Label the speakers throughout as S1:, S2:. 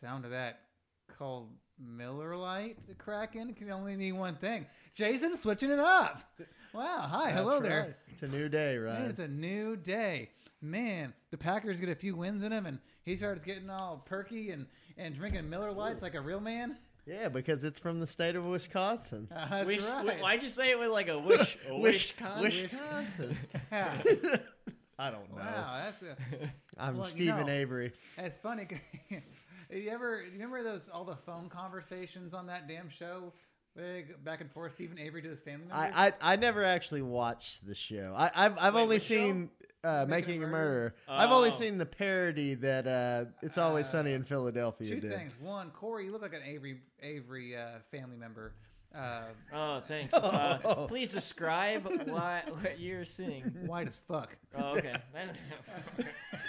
S1: sound of that called Miller Lite Kraken can only mean one thing. Jason switching it up. Wow. Hi.
S2: That's
S1: hello
S2: right.
S1: there.
S2: It's a new day,
S1: Man,
S2: Ryan.
S1: it's a new day. Man, the Packers get a few wins in him, and he starts getting all perky and, and drinking Miller Lights like a real man.
S2: yeah, because it's from the state of Wisconsin.
S1: Uh, that's
S3: Wish-
S1: right.
S3: wi- Why'd you say it with like a wish? A wish, con?
S2: Wish- Wisconsin.
S1: Yeah.
S2: I don't know.
S1: Wow, that's a,
S2: I'm
S1: Well, you
S2: Stephen
S1: know-
S2: Avery.
S1: that's funny. 'cause you ever you remember those all the phone conversations on that damn show? Big back and forth. Stephen Avery to his family members.
S2: I, I I never actually watched the show. I, I've I've
S3: Wait,
S2: only
S3: what show?
S2: seen uh,
S1: Making
S2: Making,
S1: a
S2: a
S1: Murderer?
S2: Murderer. I've only
S3: Oh.
S2: seen the parody that uh, It's Always Sunny in Philadelphia
S1: Two
S2: did.
S1: things. One, Corey, you look like an Avery Avery uh, family member. Uh,
S3: Oh, thanks. Uh, please describe why, what you're seeing.
S1: white as fuck.
S3: Oh, okay.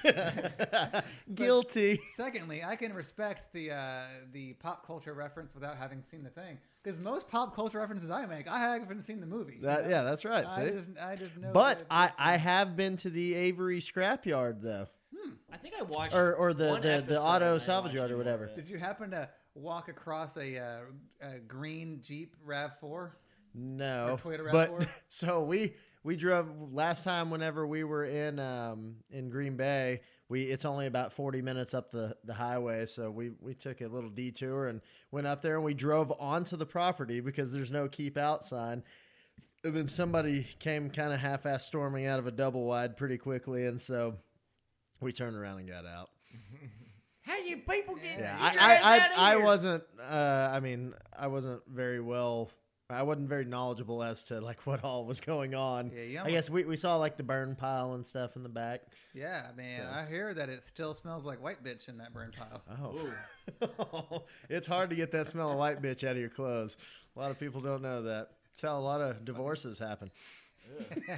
S2: Guilty.
S1: Secondly, I can respect the uh, the pop culture reference without having seen the thing because most pop culture references I make, I haven't seen the movie.
S2: That, yeah, that's right.
S1: I
S2: See?
S1: just I just know.
S2: but
S1: that
S2: I,
S1: it's-
S2: I have been to the Avery scrapyard though,
S3: I think I watched
S2: or or the
S3: one
S2: the,
S3: episode
S2: the auto
S3: and I
S2: salvage
S3: watched
S2: yard
S3: it
S2: or
S3: more,
S2: whatever.
S3: but-
S1: Did you happen to walk across a, uh, a green Jeep Rav Four?
S2: No,
S1: Or Toyota
S2: but
S1: RAV4?
S2: so we we drove last time. Whenever we were in um in Green Bay, we it's only about forty minutes up the the highway, so we we took a little detour and went up there and we drove onto the property because there's no keep out sign. And then somebody came kind of half ass storming out of a double wide pretty quickly, and so we turned around and got out.
S3: How you people get?
S2: Yeah,
S3: get your ass
S2: I,
S3: out of
S2: I, I, I
S3: here?
S2: wasn't. Uh, I mean, I wasn't very well. I wasn't very knowledgeable as to like what all was going on.
S1: Yeah, you
S2: I guess we, we saw like the burn pile and stuff in the back.
S1: Yeah, man.
S2: So-
S1: I hear that it still smells like white bitch in that burn pile.
S2: Oh, it's hard to get that smell of white bitch out of your clothes. A lot of people don't know that. That's how a lot of divorces happen. uh,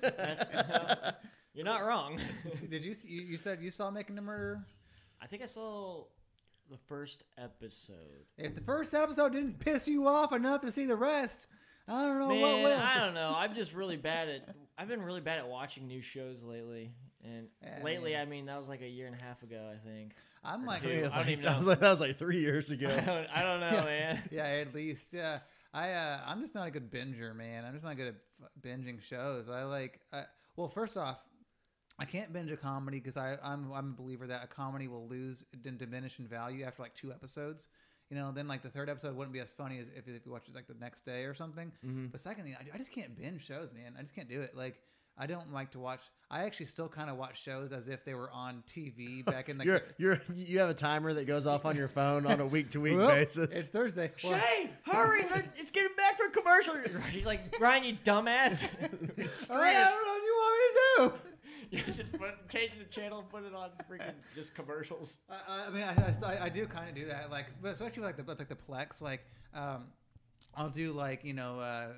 S3: That's- You're not wrong.
S1: Did you, see- you you said you saw Making a Murderer?
S3: I think I saw the first episode.
S1: If the first episode didn't piss you off enough to see the rest, I
S2: Oh,
S1: don't know
S3: Man,
S1: what will.
S3: I don't know. I'm just really bad at. I've been really bad at watching new shows lately, and
S1: Yeah,
S3: lately,
S1: man.
S3: I mean, that was like a year and a half ago, I think.
S1: I'm like,
S2: I mean,
S3: Dude,
S2: it's
S3: I don't
S2: like-
S3: even
S2: that, was
S3: know.
S2: like, that was like three years
S3: I
S2: ago.
S3: don't, I don't know, man.
S1: yeah, at least, yeah. I uh, I'm just not a good binger, man. I'm just not good at f- binging shows. I like, I, well, first off, I can't binge a comedy because I I'm I'm a believer that a comedy will lose and diminish in value after like two episodes. You know, then like the third episode wouldn't be as funny as if, if you watch it like the next day or something.
S2: Mm-hmm.
S1: But secondly, I, I just can't binge shows, man. I just can't do it. Like. I don't like to watch. I actually still kind of watch shows as if they were on TV back in the.
S2: You're you're you have a timer that goes off on your phone on a week to week
S1: Well,
S2: basis.
S1: It's Thursday. Well,
S3: Shay, hurry! they're- It's getting back for commercial. He's like, Brian, you dumbass.
S1: Oh, I don't know what you want me to do.
S3: you just put, change the channel, and put it on freaking just commercials.
S1: I, I mean, I, I, I do kind of do that, like, but especially with, like the like the Plex, like, um, I'll do like you know, uh,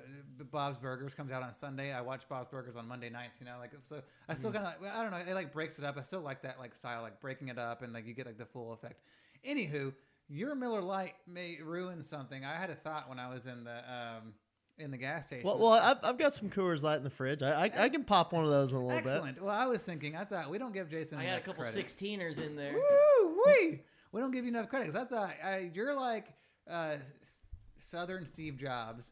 S1: Bob's Burgers comes out on Sunday. I watch Bob's Burgers on Monday nights. You know, like so, I still
S2: Hmm.
S1: kind of, I don't know, it like breaks it up. I still like that like style, like breaking it up, and like you get like the full effect. Anywho, your Miller Lite may ruin something. I had a thought when I was in the um, in the gas station.
S2: Well, well I've, I've got some Coors Light in the fridge. I, I, I can pop one of those in a little bit.
S1: excellent. Well, I was thinking, I thought we don't give Jason.
S3: I got a
S1: enough
S3: couple
S1: credit.
S3: 16ers in there.
S1: Woo wee! We don't give you enough credit 'cause I thought I, you're like uh, s- Southern Steve Jobs,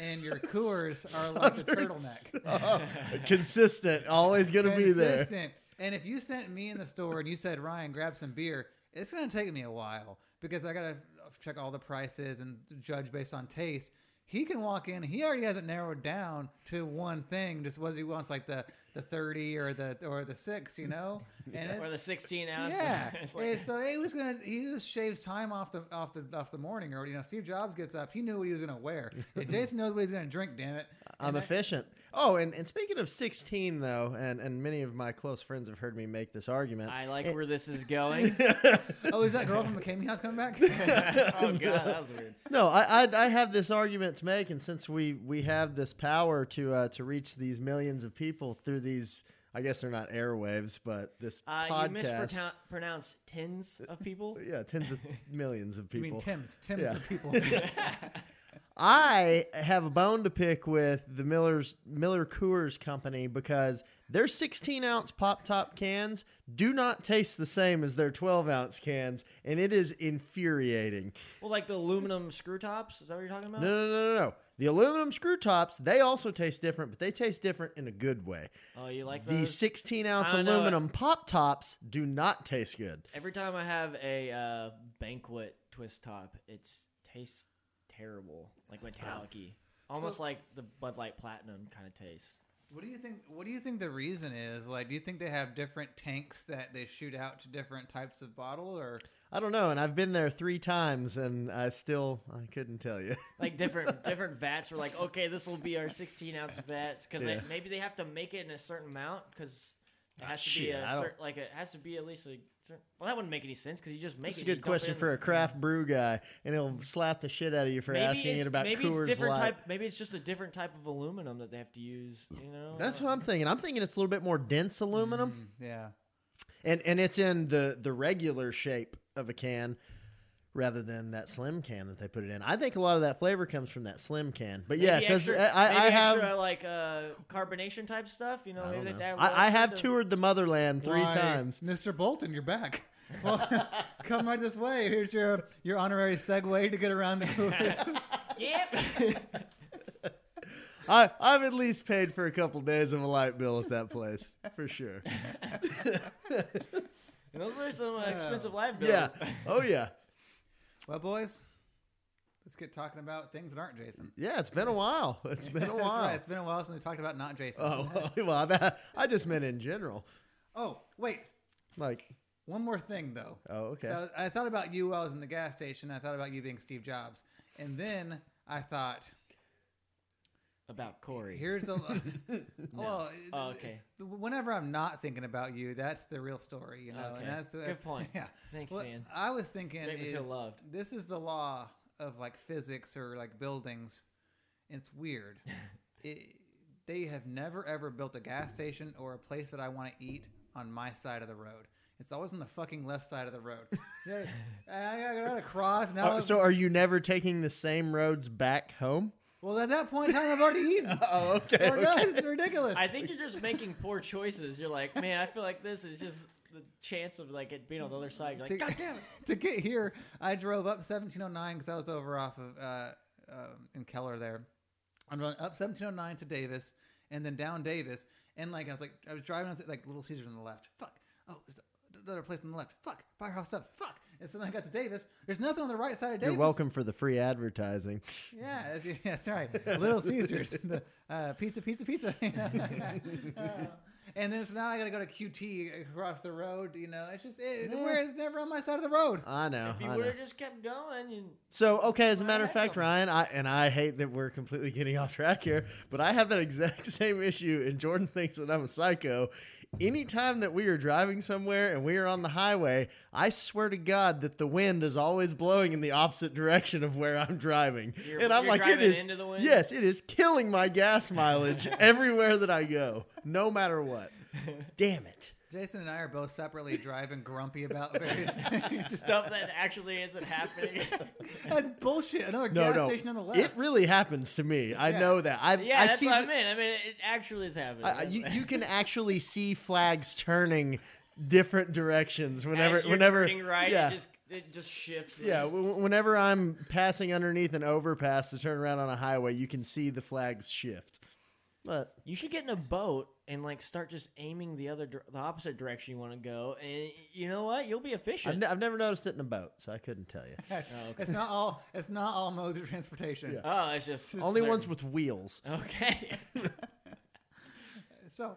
S1: and your Coors are like the turtleneck.
S2: Oh, consistent, always going to be there.
S1: Consistent. And if you sent me in the store and you said, Ryan, grab some beer, it's going to take me a while because I got to check all the prices and judge based on taste. He can walk in. He already has it narrowed down to one thing. Just whether he wants like the, the thirty or the or the six, you know. And it's
S3: Or the 16 ounce.
S1: yeah,
S3: It's
S1: And
S3: like-
S1: so it was gonna. He just shaves time off the off the off the morning, or you know, Steve Jobs gets up. He knew what he was gonna wear. And Jason knows what he's gonna drink. Damn it!
S2: I'm efficient. Oh, and, and speaking of 16, though, and, and many of my close friends have heard me make this argument.
S3: I like where this is going.
S1: Oh, is that girl from McCamey House coming back?
S3: oh, God, that was weird.
S2: no, I, I I have this argument to make, and since we we have this power to uh, to reach these millions of people through these, I guess they're not airwaves, but this
S3: Uh, you
S2: podcast.
S3: mispronounce tens of people.
S2: yeah, tens of millions of
S1: I
S2: people.
S1: mean, Tim's Tim's
S2: Yeah.
S1: of people.
S2: I have a bone to pick with the Miller's Miller Coors Company because their 16 ounce pop top cans do not taste the same as their 12 ounce cans, and it is infuriating.
S3: Well, like the aluminum screw tops. Is that what you're talking about?
S2: No, no, no, no, no. The aluminum screw tops they also taste different, but they taste different in a good way.
S3: Oh, you like
S2: The
S3: those?
S2: 16 ounce
S3: I know it.
S2: aluminum pop tops do not taste good.
S3: Every time I have a uh, banquet twist top, it's tastes terrible, like metallic-y. almost like the Bud Light Platinum kind of taste.
S1: What do you think? What do you think the reason is? Like, do you think they have different tanks that they shoot out to different types of bottle, or
S2: I don't know, and I've been there three times, and I still I couldn't tell you.
S3: Like different different vats were like, okay, this will be our 16 ounce vats because
S2: Yeah.
S3: maybe they have to make it in a certain amount because it
S2: Ah,
S3: has to
S2: shit,
S3: be a
S2: I don't-
S3: cer- like it has to be at least a certain. Well, that wouldn't make any sense because you just make
S2: That's
S3: it.
S2: a
S3: you
S2: good
S3: dump it
S2: question
S3: in
S2: for
S3: the-
S2: a craft brew guy, and he'll slap the shit out of you for asking
S3: it's-
S2: it about
S3: maybe
S2: Coors
S3: it's different
S2: Light.
S3: type. Maybe it's just a different type of aluminum that they have to use. You know,
S2: That's
S3: Uh,
S2: what I'm thinking. I'm thinking it's a little bit more dense aluminum,
S1: Mm, yeah.
S2: and and it's in the the regular shape of a can rather than that slim can that they put it in. I think a lot of that flavor comes from that slim can. But
S3: maybe
S2: yes, as-
S3: extra-
S2: uh, I,
S3: maybe
S2: I have.
S3: extra, like uh, carbonation type stuff. You know,
S2: I,
S3: maybe
S2: don't
S3: they
S2: know.
S3: dial it
S2: I, I
S3: up
S2: have
S3: to-
S2: toured the motherland three
S1: Why,
S2: times.
S1: Mr. Bolton, you're back. Well, come right this way. Here's your your honorary segue to get around the Coors.
S3: Yep.
S2: I, I've at least paid for a couple days of a light bill at that place for sure.
S3: And those are some uh, expensive live bills.
S2: yeah. Oh yeah.
S1: well, boys, let's get talking about things that aren't Jason.
S2: Yeah, it's been a while. It's been a
S1: That's
S2: while.
S1: right. It's been a while since we talked about not Jason.
S2: Oh well, that I just meant in general.
S1: oh, wait.
S2: Like,
S1: One more thing, though.
S2: oh okay.
S1: So I thought about you while I was in the gas station. I thought about you being Steve Jobs, and then I thought,
S3: About Corey.
S1: here's a. Well,
S3: Oh, okay.
S1: Whenever I'm not thinking about you, that's the real story, you know,
S3: Okay.
S1: and that's
S3: Good
S1: that's-
S3: point.
S1: Yeah.
S3: Thanks,
S1: What
S3: man.
S1: I was thinking
S3: Make me feel
S1: is
S3: loved.
S1: this is the law of like physics or like buildings. It's weird. it, they have never ever built a gas station or a place that I want to eat on my side of the road. It's always on the fucking left side of the road. Yeah, I gotta go across now.
S2: Uh, so are you never taking the same roads back home?
S1: well, at that point in time, I've already eaten.
S2: Oh okay.
S1: We're done. It's ridiculous.
S3: I think you're just making poor choices. You're like, man, I feel like this is just the chance of like it being on the other side. You're like,
S1: to,
S3: God,
S1: to get here, I drove up 1709 because I was over off of uh, um in Keller there. I'm running up 1709 to Davis and then down Davis. And like, I was like, I was driving, I was like, Little Caesars on the left. Fuck. Oh, there's another place on the left. Fuck. Firehouse Subs. Fuck. And so then I got to Davis. There's nothing on the right side of Davis.
S2: You're welcome for the free advertising.
S1: Yeah, that's, yeah, that's right. Little Caesars, the, uh, pizza, pizza, pizza. and then so now I got to go to QT across the road. You know, it's just it,
S2: Yeah.
S1: where it's never on my side of the road.
S2: I know.
S3: if you
S2: I
S3: would
S2: know.
S3: have just kept going, and
S2: So okay, as a
S3: Well,
S2: matter of
S3: I know.
S2: fact, Ryan, I and I hate that we're completely getting off track here, but I have that exact same issue, and Jordan thinks that I'm a psycho. Anytime that we are driving somewhere and we are on the highway, I swear to God that the wind is always blowing in the opposite direction of where I'm driving,
S3: You're-
S2: and I'm
S3: you're
S2: like, it
S3: driving
S2: is
S3: into the wind?
S2: yes, it is killing my gas mileage everywhere that I go, no matter what. Damn it!
S1: Jason and I are both separately driving grumpy about various things.
S3: stuff that actually isn't happening.
S1: That's bullshit. Another
S2: No,
S1: gas
S2: no,
S1: station on the left.
S2: it really happens to me. I
S1: Yeah.
S2: know that. I
S3: yeah,
S2: I
S3: that's
S2: see
S3: what
S2: the-
S3: I mean. I mean, it it actually is happening.
S2: I- I- you, you can actually see flags turning different directions whenever
S3: As you're
S2: whenever
S3: turning right,
S2: yeah
S3: it just it just shifts. It's
S2: yeah
S3: just-
S2: w- whenever i'm passing underneath an overpass to turn around on a highway you can see the flags shift but
S3: You should get in a boat and like start just aiming the other dir- the opposite direction you want to go, and you know what? You'll be
S2: I've,
S3: efficient.
S2: ne- I've never noticed it in a boat so i couldn't tell you
S1: That's-
S3: Oh, okay.
S1: It's not all. It's not all modes of transportation.
S2: Yeah.
S3: oh, it's just
S2: only
S3: certain-
S2: ones with wheels
S3: Okay.
S1: So,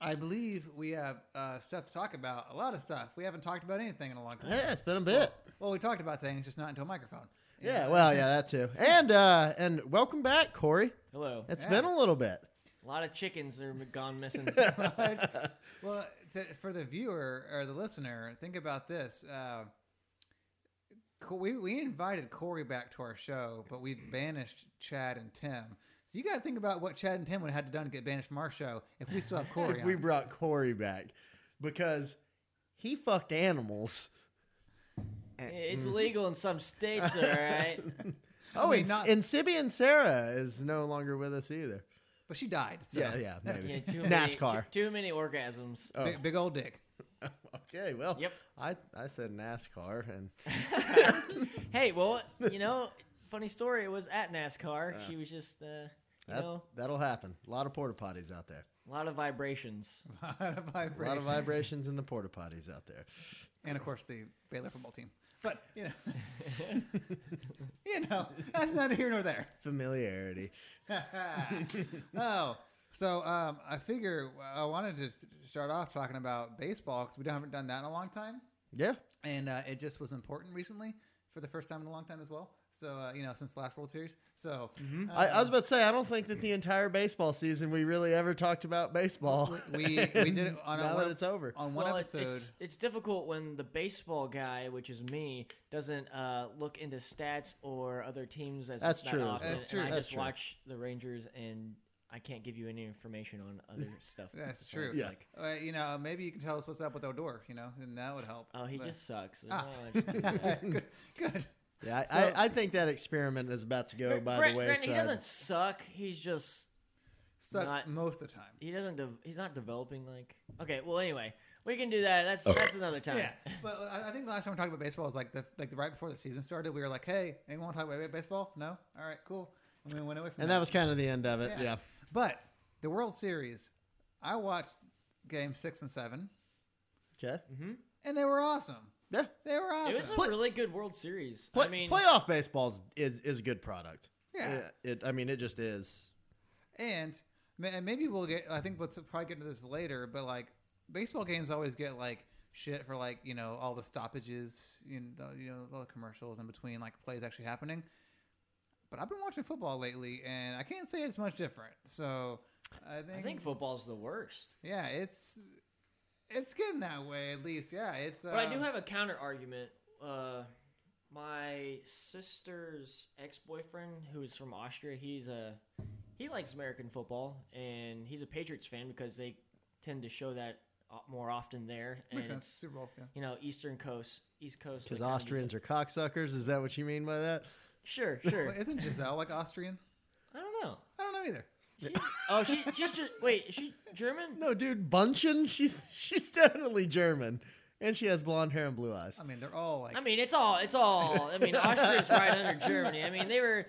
S1: I believe we have uh, stuff to talk about. A lot of stuff. We haven't talked about anything in a long time.
S2: yeah it's been a bit
S1: Well, we talked about things, just not into a microphone. You
S2: yeah
S1: know?
S2: well yeah that too and uh and welcome back corey
S3: Hello.
S2: It's
S1: Yeah.
S2: been a little bit
S3: A lot of chickens are gone missing.
S1: well, to, for the viewer or the listener, think about this. Uh, Co- we, we invited Corey back to our show, but we've banished Chad and Tim. So you got to think about what Chad and Tim would have had to done to get banished from our show if we still have Corey.
S2: if we
S1: on.
S2: brought corey back because he fucked animals
S3: it's legal in some states, all right.
S2: Oh,
S1: mean,
S2: and,
S1: not-
S2: and Sibby and Sarah is no longer with us either.
S1: But she died. So.
S2: yeah, yeah,
S1: That's-
S2: maybe.
S3: too Many,
S2: NASCAR.
S3: too, too many orgasms.
S2: Oh.
S1: Big, big old dick.
S2: Okay, well,
S3: Yep.
S2: I, I said NASCAR, and
S3: hey, well, you know, funny story. It was at NASCAR. she was just, uh, you
S2: that,
S3: know,
S2: that'll happen. A lot of porta potties out there.
S3: a lot of vibrations.
S1: A lot of
S2: A lot of
S1: vibration.
S2: vibrations in the porta potties out there.
S1: and of course the Baylor football team. But you know, you know, that's neither here nor there.
S2: Familiarity.
S1: oh, so um, I figure I wanted to s- start off talking about baseball because we don't- haven't done that in a long time,
S2: Yeah.
S1: and uh, it just was important recently for the first time in a long time as well. So uh, you know, since last World Series. So
S2: Mm-hmm. I, I
S1: um,
S2: was about to say, I don't think that the entire baseball season we really ever talked about baseball.
S1: We- we did it on a-
S2: now that it's over.
S1: on one
S3: well, it-
S1: episode.
S3: It's, it's difficult when the baseball guy, which is me, doesn't uh, look into stats or other teams as
S2: That's
S3: that
S2: true.
S3: often,
S1: That's true.
S3: And I
S2: That's
S3: just
S2: true.
S3: watch the Rangers, and I can't give you any information on other stuff.
S1: That's
S3: So
S1: true.
S3: it's
S2: Yeah.
S3: like,
S1: uh, you know, maybe you can tell us what's up with Odor. You know, and that would help.
S3: oh, he
S1: But-
S3: just sucks. Oh, There's
S1: Ah.
S3: not much to do there.
S1: good, good.
S2: Yeah, I,
S1: So-
S2: I, I think that experiment is about to go by
S3: Grant-
S2: the
S3: Grant, he
S2: wayside.
S3: doesn't suck. He's just
S1: Sucks
S3: Not-
S1: most of the time.
S3: he doesn't. De- he's not developing like. Okay. Well, anyway, we can do that. That's that's another time.
S1: Yeah, but uh, I- I think the last time we talked about baseball was like the like right before the season started. We were like, "Hey, anyone want to talk about baseball? No, all right, cool." And we went away from
S2: And that was kind of the end of it.
S1: Yeah.
S2: Yeah.
S1: But the World Series, I watched game six and seven,
S2: Okay.
S1: and they were awesome.
S2: Yeah.
S1: They were awesome.
S3: It was a
S2: Play-
S3: really good World Series.
S2: Play,
S3: I mean,
S2: playoff baseball's is is a good product.
S1: Yeah.
S2: It, it- I mean, it just is.
S1: and ma- and maybe we'll get. I think we'll probably get into this later. But like baseball games always get like shit for like you know all the stoppages, you know, the, you know all the commercials in between like plays actually happening. But I've been watching football lately, and I can't say it's much different. So I think,
S3: I think football's the worst.
S1: yeah, it's it's getting that way at least. Yeah, it's. Uh,
S3: But I do have a counter argument. Uh, my sister's ex boyfriend, who's from Austria, he's a he likes American football, and he's a Patriots fan because they tend to show that o- more often there. And
S1: makes sense.
S3: it's,
S1: Super Bowl. Yeah.
S3: you know, Eastern Coast, East Coast.
S2: Because
S3: they kinda do
S2: Austrians are cocksuckers. Is that what you mean by that?
S3: some- Sure, sure.
S1: Well, isn't Giselle like Austrian?
S3: I don't know.
S1: I don't know either.
S3: Oh, she she's just wait. Is she German?
S2: No, dude, Bunchen. She's she's definitely German, and she has blonde hair and blue eyes.
S1: I mean, they're all like.
S3: I mean, it's all it's all. I mean, Austria's right under Germany. I mean, they were.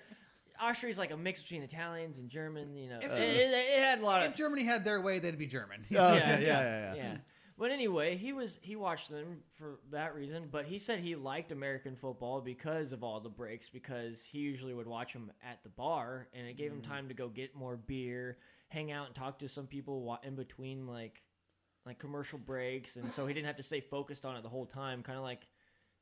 S3: Austria's like a mix between Italians and German. You know, it, it, it had a lot of
S1: if Germany had their way, they'd be German.
S2: Oh, okay, yeah, yeah, yeah.
S3: But anyway, he was he watched them for that reason. But he said he liked American football because of all the breaks. Because he usually would watch them at the bar, and it gave him time to go get more beer, hang out, and talk to some people wa- in between like like commercial breaks, and so he didn't have to stay focused on it the whole time. Kind of like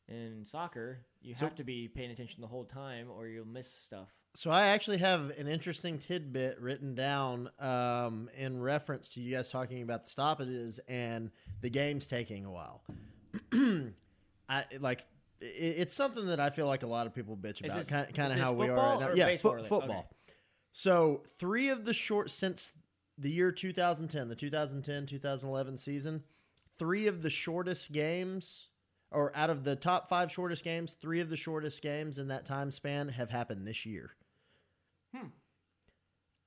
S3: in soccer, you have to be paying attention the whole time, or you'll miss stuff.
S2: So I actually have an interesting tidbit written down um, in reference to you guys talking about the stoppages and the games taking a while. I like it, it's something that I feel like a lot of people bitch about.
S3: this-
S2: Kind, kind
S3: is
S2: of
S3: this
S2: how we are
S3: football
S2: right now.
S3: or
S2: Yeah,
S3: baseball
S2: fo-
S3: related?
S2: football.
S3: Okay.
S2: So three of the short since the year 2010, the 2010-2011 season, three of the shortest games, or out of the top five shortest games, three of the shortest games in that time span have happened this year.
S1: Hmm.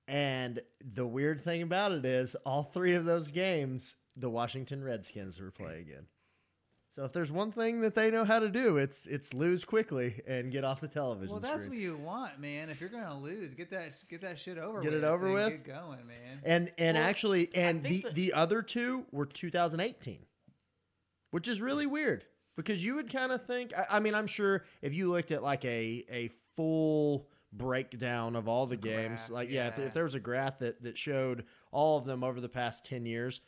S2: And the weird thing about it is, all three of those games, the Washington Redskins
S1: Hmm.
S2: were playing in. So if there's one thing that they know how to do, it's it's lose quickly and get off the television.
S1: Well, that's what
S2: screen.
S1: you want, man. If you're gonna lose, get that get that shit over.
S2: Get
S1: with
S2: it over
S1: and
S2: with.
S1: Get going, man.
S2: And and
S3: Well,
S2: actually, and the,
S3: think
S2: the
S3: that-
S2: other two were 2018, which is really weird because you would kind of think. I, I mean, I'm sure if you looked at like a a full breakdown of all the games,
S1: graph,
S2: like yeah, if,
S1: yeah.
S2: if there was a graph that that showed all of them over the past 10 years.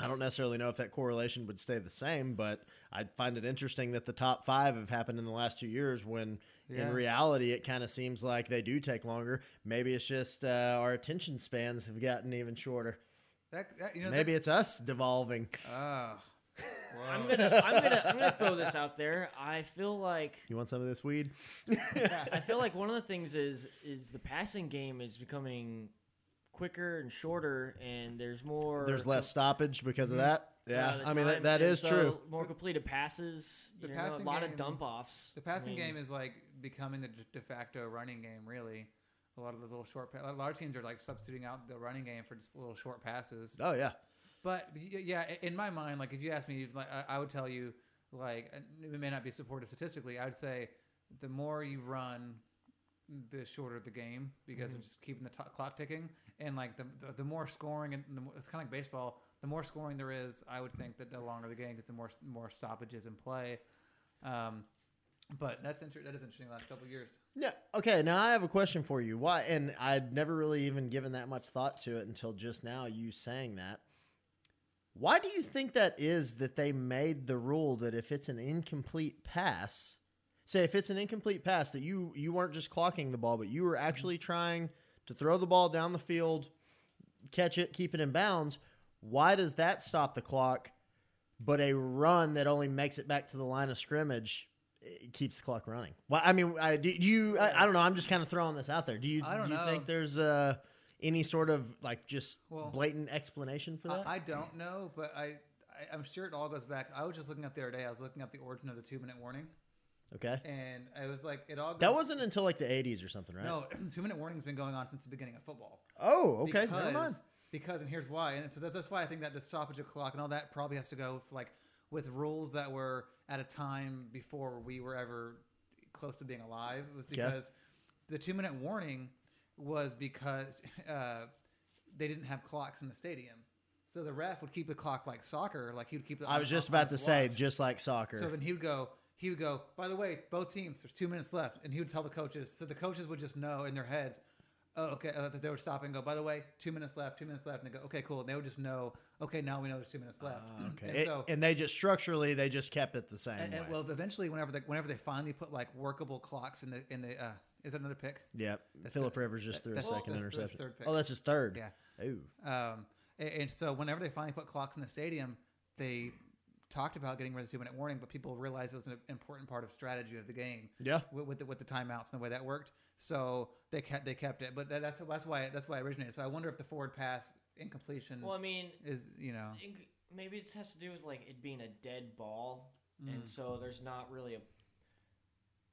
S2: I don't necessarily know if that correlation would stay the same, but I find it interesting that the top five have happened in the last two years when
S1: Yeah.
S2: in reality it kind of seems like they do take longer. Maybe it's just uh, our attention spans have gotten even shorter.
S1: That, that- you know,
S2: Maybe it's us devolving.
S1: That, oh,
S3: I'm
S1: Whoa.
S3: gonna I'm gonna I'm gonna throw this out there. I feel like
S2: You want some of this weed?
S3: I feel like one of the things is is the passing game is becoming quicker and shorter, and there's more.
S2: There's less stoppage because of that. Yeah,
S3: uh, the
S2: I mean that,
S3: time,
S2: that
S3: and
S2: is
S3: so
S2: true.
S3: More completed passes,
S1: The
S3: you know,
S1: passing
S3: a lot
S1: game-
S3: of dump offs.
S1: The passing game is like becoming the de facto running game, really. A lot of the little short, pa- a lot of teams are like substituting out the running game for just little short passes.
S2: Oh yeah,
S1: But y- yeah, i- in my mind, like if you ask me, like I- I would tell you, like it may not be supported statistically. I would say the more you run, the shorter the game because
S2: Mm-hmm.
S1: of just keeping the to clock ticking and like the the, the more scoring and the, mo- it's kind of like baseball. The more scoring there is, I would think that the longer the game because the more more stoppages in play. Um, but that's inter- that is interesting. The last couple of years,
S2: yeah. Okay, now I have a question for you. Why? And I'd never really even given that much thought to it until just now. You saying that. Why do you think that is? That they made the rule that if it's an incomplete pass, say if it's an incomplete pass, that you you weren't just clocking the ball, but you were actually trying to throw the ball down the field, catch it, keep it in bounds. Why does that stop the clock? but a run that only makes it back to the line of scrimmage it keeps the clock running. Well, I mean, I, do, do you? I, I don't know. I'm just kind of throwing this out there. Do you?
S1: I don't
S2: do you
S1: know.
S2: think there's uh, any sort of like just
S1: Well,
S2: blatant explanation for that?
S1: I, I don't know, but I, I I'm sure it all goes back. I was just looking up the other day. I was looking up the origin of the two minute warning,
S2: okay,
S1: and it was like it all. Goes
S2: that wasn't until like the 80s or something, right?
S1: No, two minute warning's been going on since the beginning of football.
S2: Oh, okay.
S1: Because,
S2: Never mind.
S1: because and here's why. And so that, that's why I think that the stoppage of clock and all that probably has to go with, like with rules that were at a time before we were ever close to being alive. Was because the two minute warning was because uh, they didn't have clocks in the stadium. So the ref would keep a clock like soccer, like he would keep. it
S2: I
S1: on-
S2: was just
S1: on
S2: about to
S1: his
S2: say,
S1: watch.
S2: just like soccer.
S1: So then he would go. He would go. By the way, both teams. There's two minutes left, and he would tell the coaches. So the coaches would just know in their heads. Oh, okay. Uh, that they would stop and go. By the way, two minutes left. Two minutes left. And they go. Okay, cool. And they would just know. Okay, now we know there's two minutes left.
S2: Ah, okay.
S1: And
S2: It-
S1: so.
S2: and they just structurally they just kept it the same.
S1: and, and,
S2: way.
S1: well, eventually, whenever they whenever they finally put like workable clocks in the in the uh, is that another pick?
S2: yep.
S1: that's
S2: Philip
S1: the-
S2: Rivers just threw a
S1: that's-
S2: second
S1: that's- that's
S2: interception.
S1: third pick.
S2: oh, that's his third.
S1: Yeah.
S2: Ooh.
S1: Um, a- and, so whenever they finally put clocks in the stadium, they talked about getting rid of the two minute warning, but people realized it was an important part of strategy of the game.
S2: Yeah.
S1: with, with the, with the timeouts and the way that worked. So they kept they kept it, but that, that's that's why that's why it originated. So I wonder if the forward pass incompletion
S3: Well, I mean,
S1: is you know
S3: think maybe it has to do with like it being a dead ball,
S1: mm.
S3: and so there's not really a.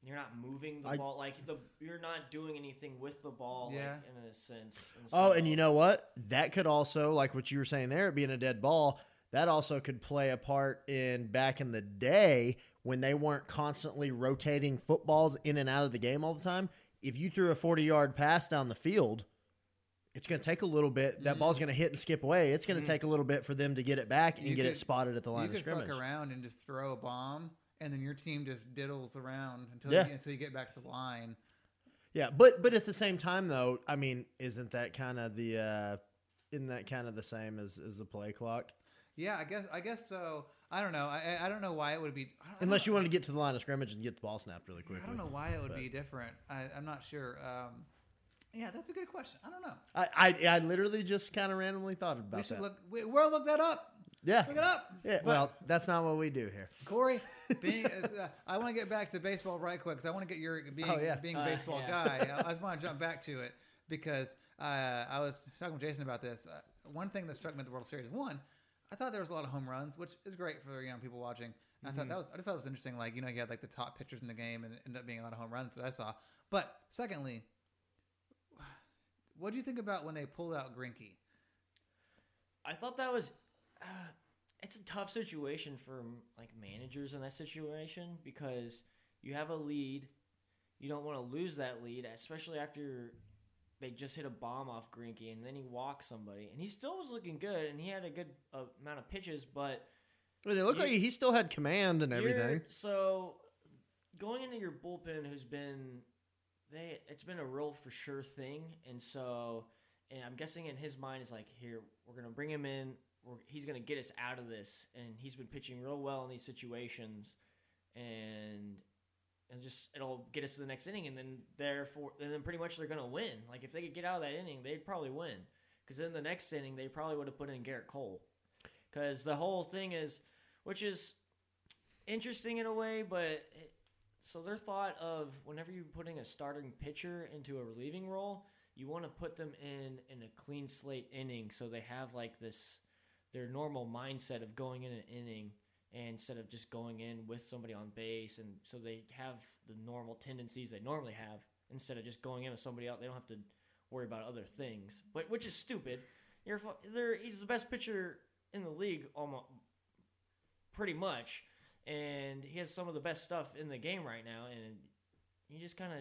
S3: You're not moving the
S2: I-
S3: ball like the. You're not doing anything with the ball,
S1: Yeah.
S3: like, in a sense.
S2: Oh, and
S3: so-
S2: you know what? That could also, like what you were saying there, being a dead ball, that also could play a part in back in the day when they weren't constantly rotating footballs in and out of the game all the time. If you threw a 40 yard pass down the field, it's going to take a little bit.
S1: Mm-hmm.
S2: That ball's going to hit and skip away. It's going to take a little bit for them to get it back and
S1: You
S2: get it
S1: could-
S2: spotted at the
S1: you
S2: line of
S1: could
S2: scrimmage.
S1: fuck around and just throw a bomb, and then your team just diddles around until
S2: Yeah.
S1: you, until you get back to the line.
S2: Yeah, but but at the same time though, I mean, isn't that kind of the uh isn't that kind of the same as as the play clock?
S1: Yeah, I guess I guess so. I don't know. I I- I don't know why it would be I don't- I
S2: Unless
S1: don't-
S2: you want to get to the line of scrimmage and get the ball snapped really quickly.
S1: I don't know why it would be different. I, I'm not sure. Um, yeah, that's a good question. I don't know.
S2: I, I, I literally just kind of randomly thought about
S1: we should
S2: that.
S1: look. We, we'll look that up.
S2: yeah.
S1: Look it up.
S2: Yeah.
S1: But-
S2: well, that's not what we do here.
S1: Corey, being, uh, I want to get back to baseball right quick because I want to get your being
S2: Oh, yeah.
S1: being
S3: Uh,
S1: baseball
S3: yeah.
S1: guy. I, I just want to jump back to it because uh, I was talking with Jason about this. Uh, one thing that struck me at the World Series, one, I thought there was a lot of home runs, which is great for you know people watching. And I
S2: Mm-hmm.
S1: thought that was I just thought it was interesting. Like you know, you had like the top pitchers in the game, and it ended up being a lot of home runs that I saw. But secondly, what do you think about when they pulled out Grinky?
S3: I thought that was. Uh, it's a tough situation for like managers in that situation because you have a lead, you don't want to lose that lead, especially after they just hit a bomb off Grinky and then he walked somebody and he still was looking good and he had a good uh, amount of pitches, but
S2: But it looked
S3: You-
S2: like he still had command and
S3: you're-
S2: everything.
S3: So going into your bullpen, who's been they? It's been a real for sure thing, and so and I'm guessing in his mind is like, here we're gonna bring him in. We're, he's gonna get us out of this, and he's been pitching real well in these situations, and and just it'll get us to the next inning, and then therefore, and then pretty much they're gonna win. Like if they could get out of that inning, they'd probably win. Because then the next inning, they probably would have put in Garrett Cole. Because the whole thing is, which is interesting in a way, but it, so their thought of whenever you're putting a starting pitcher into a relieving role, you want to put them in in a clean slate inning so they have like this their normal mindset of going in an inning and instead of just going in with somebody on base, and so they have the normal tendencies they normally have instead of just going in with somebody else. They don't have to worry about other things, but which is stupid. You're fu- they're, he's the best pitcher in the league almost pretty much, and he has some of the best stuff in the game right now, and you just kind of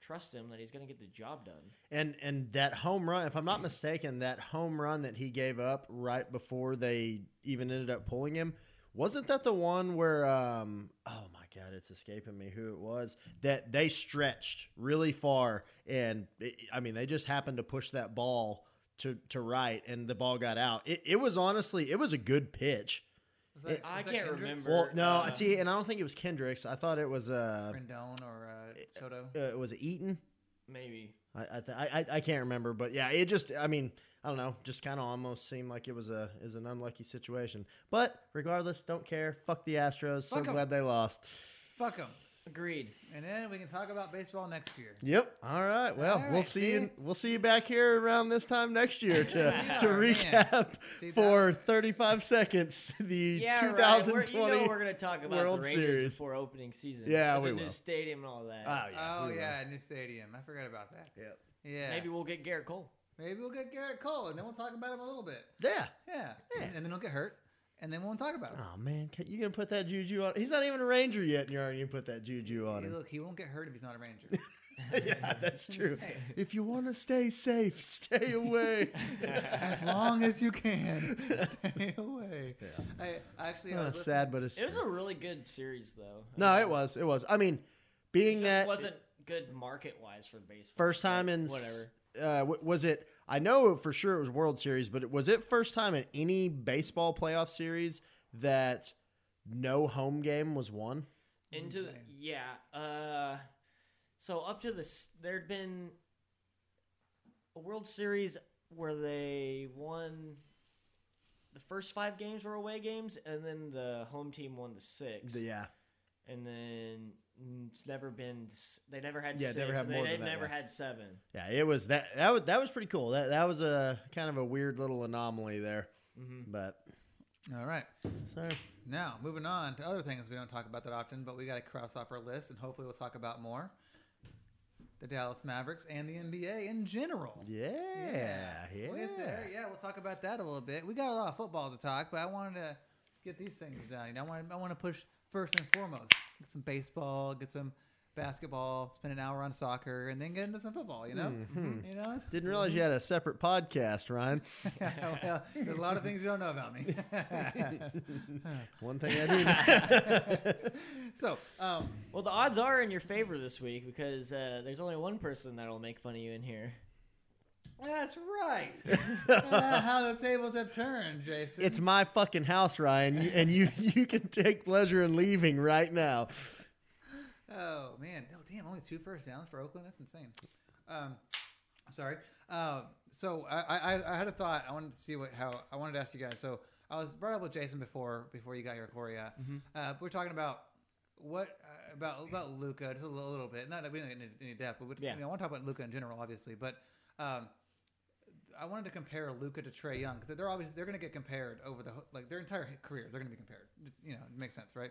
S3: trust him that he's going to get the job done.
S2: And and that home run, if I'm not mistaken, that home run that he gave up right before they even ended up pulling him, wasn't that the one where um oh my god, it's escaping me who it was that they stretched really far and it, I mean they just happened to push that ball to to right and the ball got out. It it was honestly it was a good pitch.
S1: Was
S2: It-
S3: I
S1: was that
S3: can't
S1: Kendricks?
S3: remember.
S2: Well, no,
S3: uh,
S2: see, and I don't think it was Kendricks. I thought it was uh,
S1: Rendon or uh, Soto.
S2: uh was it Eaton?
S3: Maybe
S2: I I, th- I I- I can't remember, but yeah, it just I mean I don't know, just kind of almost seemed like it was a is an unlucky situation. But regardless, don't care. Fuck the Astros.
S1: Fuck
S2: so
S1: 'em.
S2: glad they lost.
S1: Fuck him.
S3: agreed.
S1: And then we can talk about baseball next year.
S2: Yep. All right. Well,
S1: All right,
S2: we'll see.
S1: see?
S2: You, we'll see you back here around this time next year to
S1: Yeah,
S2: to
S1: man.
S2: recap
S1: See, that-
S2: for 35 seconds the
S3: Yeah,
S2: 2020.
S3: Right. We're, you know we're going to talk about
S2: World
S3: the Rangers
S2: Series.
S3: before opening season.
S2: Yeah,
S3: with
S2: we
S3: the new
S2: will.
S3: stadium and all that.
S2: Oh yeah.
S1: Oh
S2: we will.
S1: yeah, new stadium. I forgot about that.
S2: Yep.
S1: Yeah.
S3: Maybe we'll get Garrett Cole.
S1: Maybe we'll get Garrett Cole, and then we'll talk about him a little bit.
S2: Yeah.
S1: Yeah. And then he'll get hurt, and then we won't talk about him.
S2: Oh man, can- you gonna put that juju on? He's not even a ranger yet, and you're already gonna put that juju on
S1: Hey,
S2: him.
S1: look, he won't get hurt if he's not a Ranger.
S2: yeah, that's true.
S1: Hey.
S2: If you want to stay safe, stay away.
S1: as long as you can, stay away.
S2: Yeah.
S1: I actually, uh, I
S2: Oh,
S1: was
S2: it's
S1: listening-
S2: sad, but it's
S3: It was
S2: true.
S3: a really good series, though.
S2: no, it was, it was. I mean, being
S3: It
S2: that
S3: just wasn't good market wise for baseball.
S2: first time
S3: but
S2: in s-
S3: whatever.
S2: Uh, w- was it? I know for sure it was World Series, but it- was it first time in any baseball playoff series that no home game was won?
S1: It's
S3: Into the,
S1: insane.
S3: yeah. Uh, so up to this, there'd been a World Series where they won. The first five games were away games, and then the home team won the six.
S2: The- yeah,
S3: and then mm, it's never been. s- They never had.
S2: Yeah,
S3: six,
S2: never had
S3: and
S2: more
S3: They
S2: than that,
S3: never
S2: yeah.
S3: had seven.
S2: yeah. It was that that was that was pretty cool. That that was a kind of a weird little anomaly there,
S3: hmm
S2: but
S1: All right.
S2: so
S1: Now, moving on to other things we don't talk about that often, but we got to cross off our list, and hopefully, we'll talk about more. The Dallas Mavericks and the NBA in general.
S2: yeah, yeah.
S1: We'll get there. Yeah, we'll talk about that a little bit. We got a lot of football to talk, but I wanted to get these things done. You know, I want, I want to push first and foremost. Get some baseball, get some basketball, spend an hour on soccer, and then get into some football, you know? You know?
S2: Mm-hmm. Didn't realize you had a separate podcast, Ryan.
S1: well, there's a lot of things you don't know about me.
S2: One thing I do. know.
S1: so, um,
S3: Well, the odds are in your favor this week because uh, there's only one person that'll make fun of you in here.
S1: that's right. Ah, how the tables have turned, Jason.
S2: it's my fucking house, Ryan, you- and you you can take pleasure in leaving right now.
S1: Oh man! No, damn! Only two first downs for Oakland. That's insane. Um, sorry. Um, so I, I, I had a thought. I wanted to see what how I wanted to ask you guys. So I was brought up with Jason before before you got your Coria. Uh, we're talking about what uh, about about Luca just a little, little bit. Not that we don't get into any depth, but we,
S3: Yeah.
S1: you know, I want to talk about Luca in general, obviously. But um, I wanted to compare Luca to Trey Young because they're always they're going to get compared over the ho- like their entire careers. They're going to be compared. It's- You know, it makes sense, right?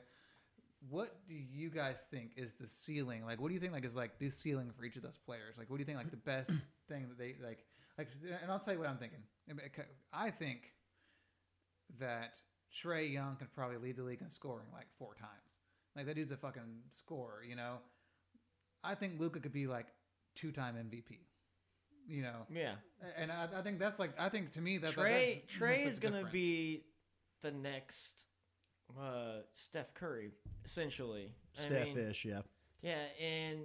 S1: What do you guys think is the ceiling? Like, what do you think like is like the ceiling for each of those players? Like, what do you think like the best thing that they like like? And I'll tell you what I'm thinking. I think that Trey Young can probably lead the league in scoring like four times. Like that dude's a fucking scorer, you know. I think Luca could be like two-time MVP. You know,
S3: Yeah,
S1: and I, I think that's like I think to me that
S3: Trey.
S1: that,
S3: Trey
S1: that's
S3: is
S1: a
S3: gonna
S1: difference.
S3: be the next uh, Steph Curry, essentially. I
S2: Steph
S3: mean,
S2: ish, yeah.
S3: Yeah, and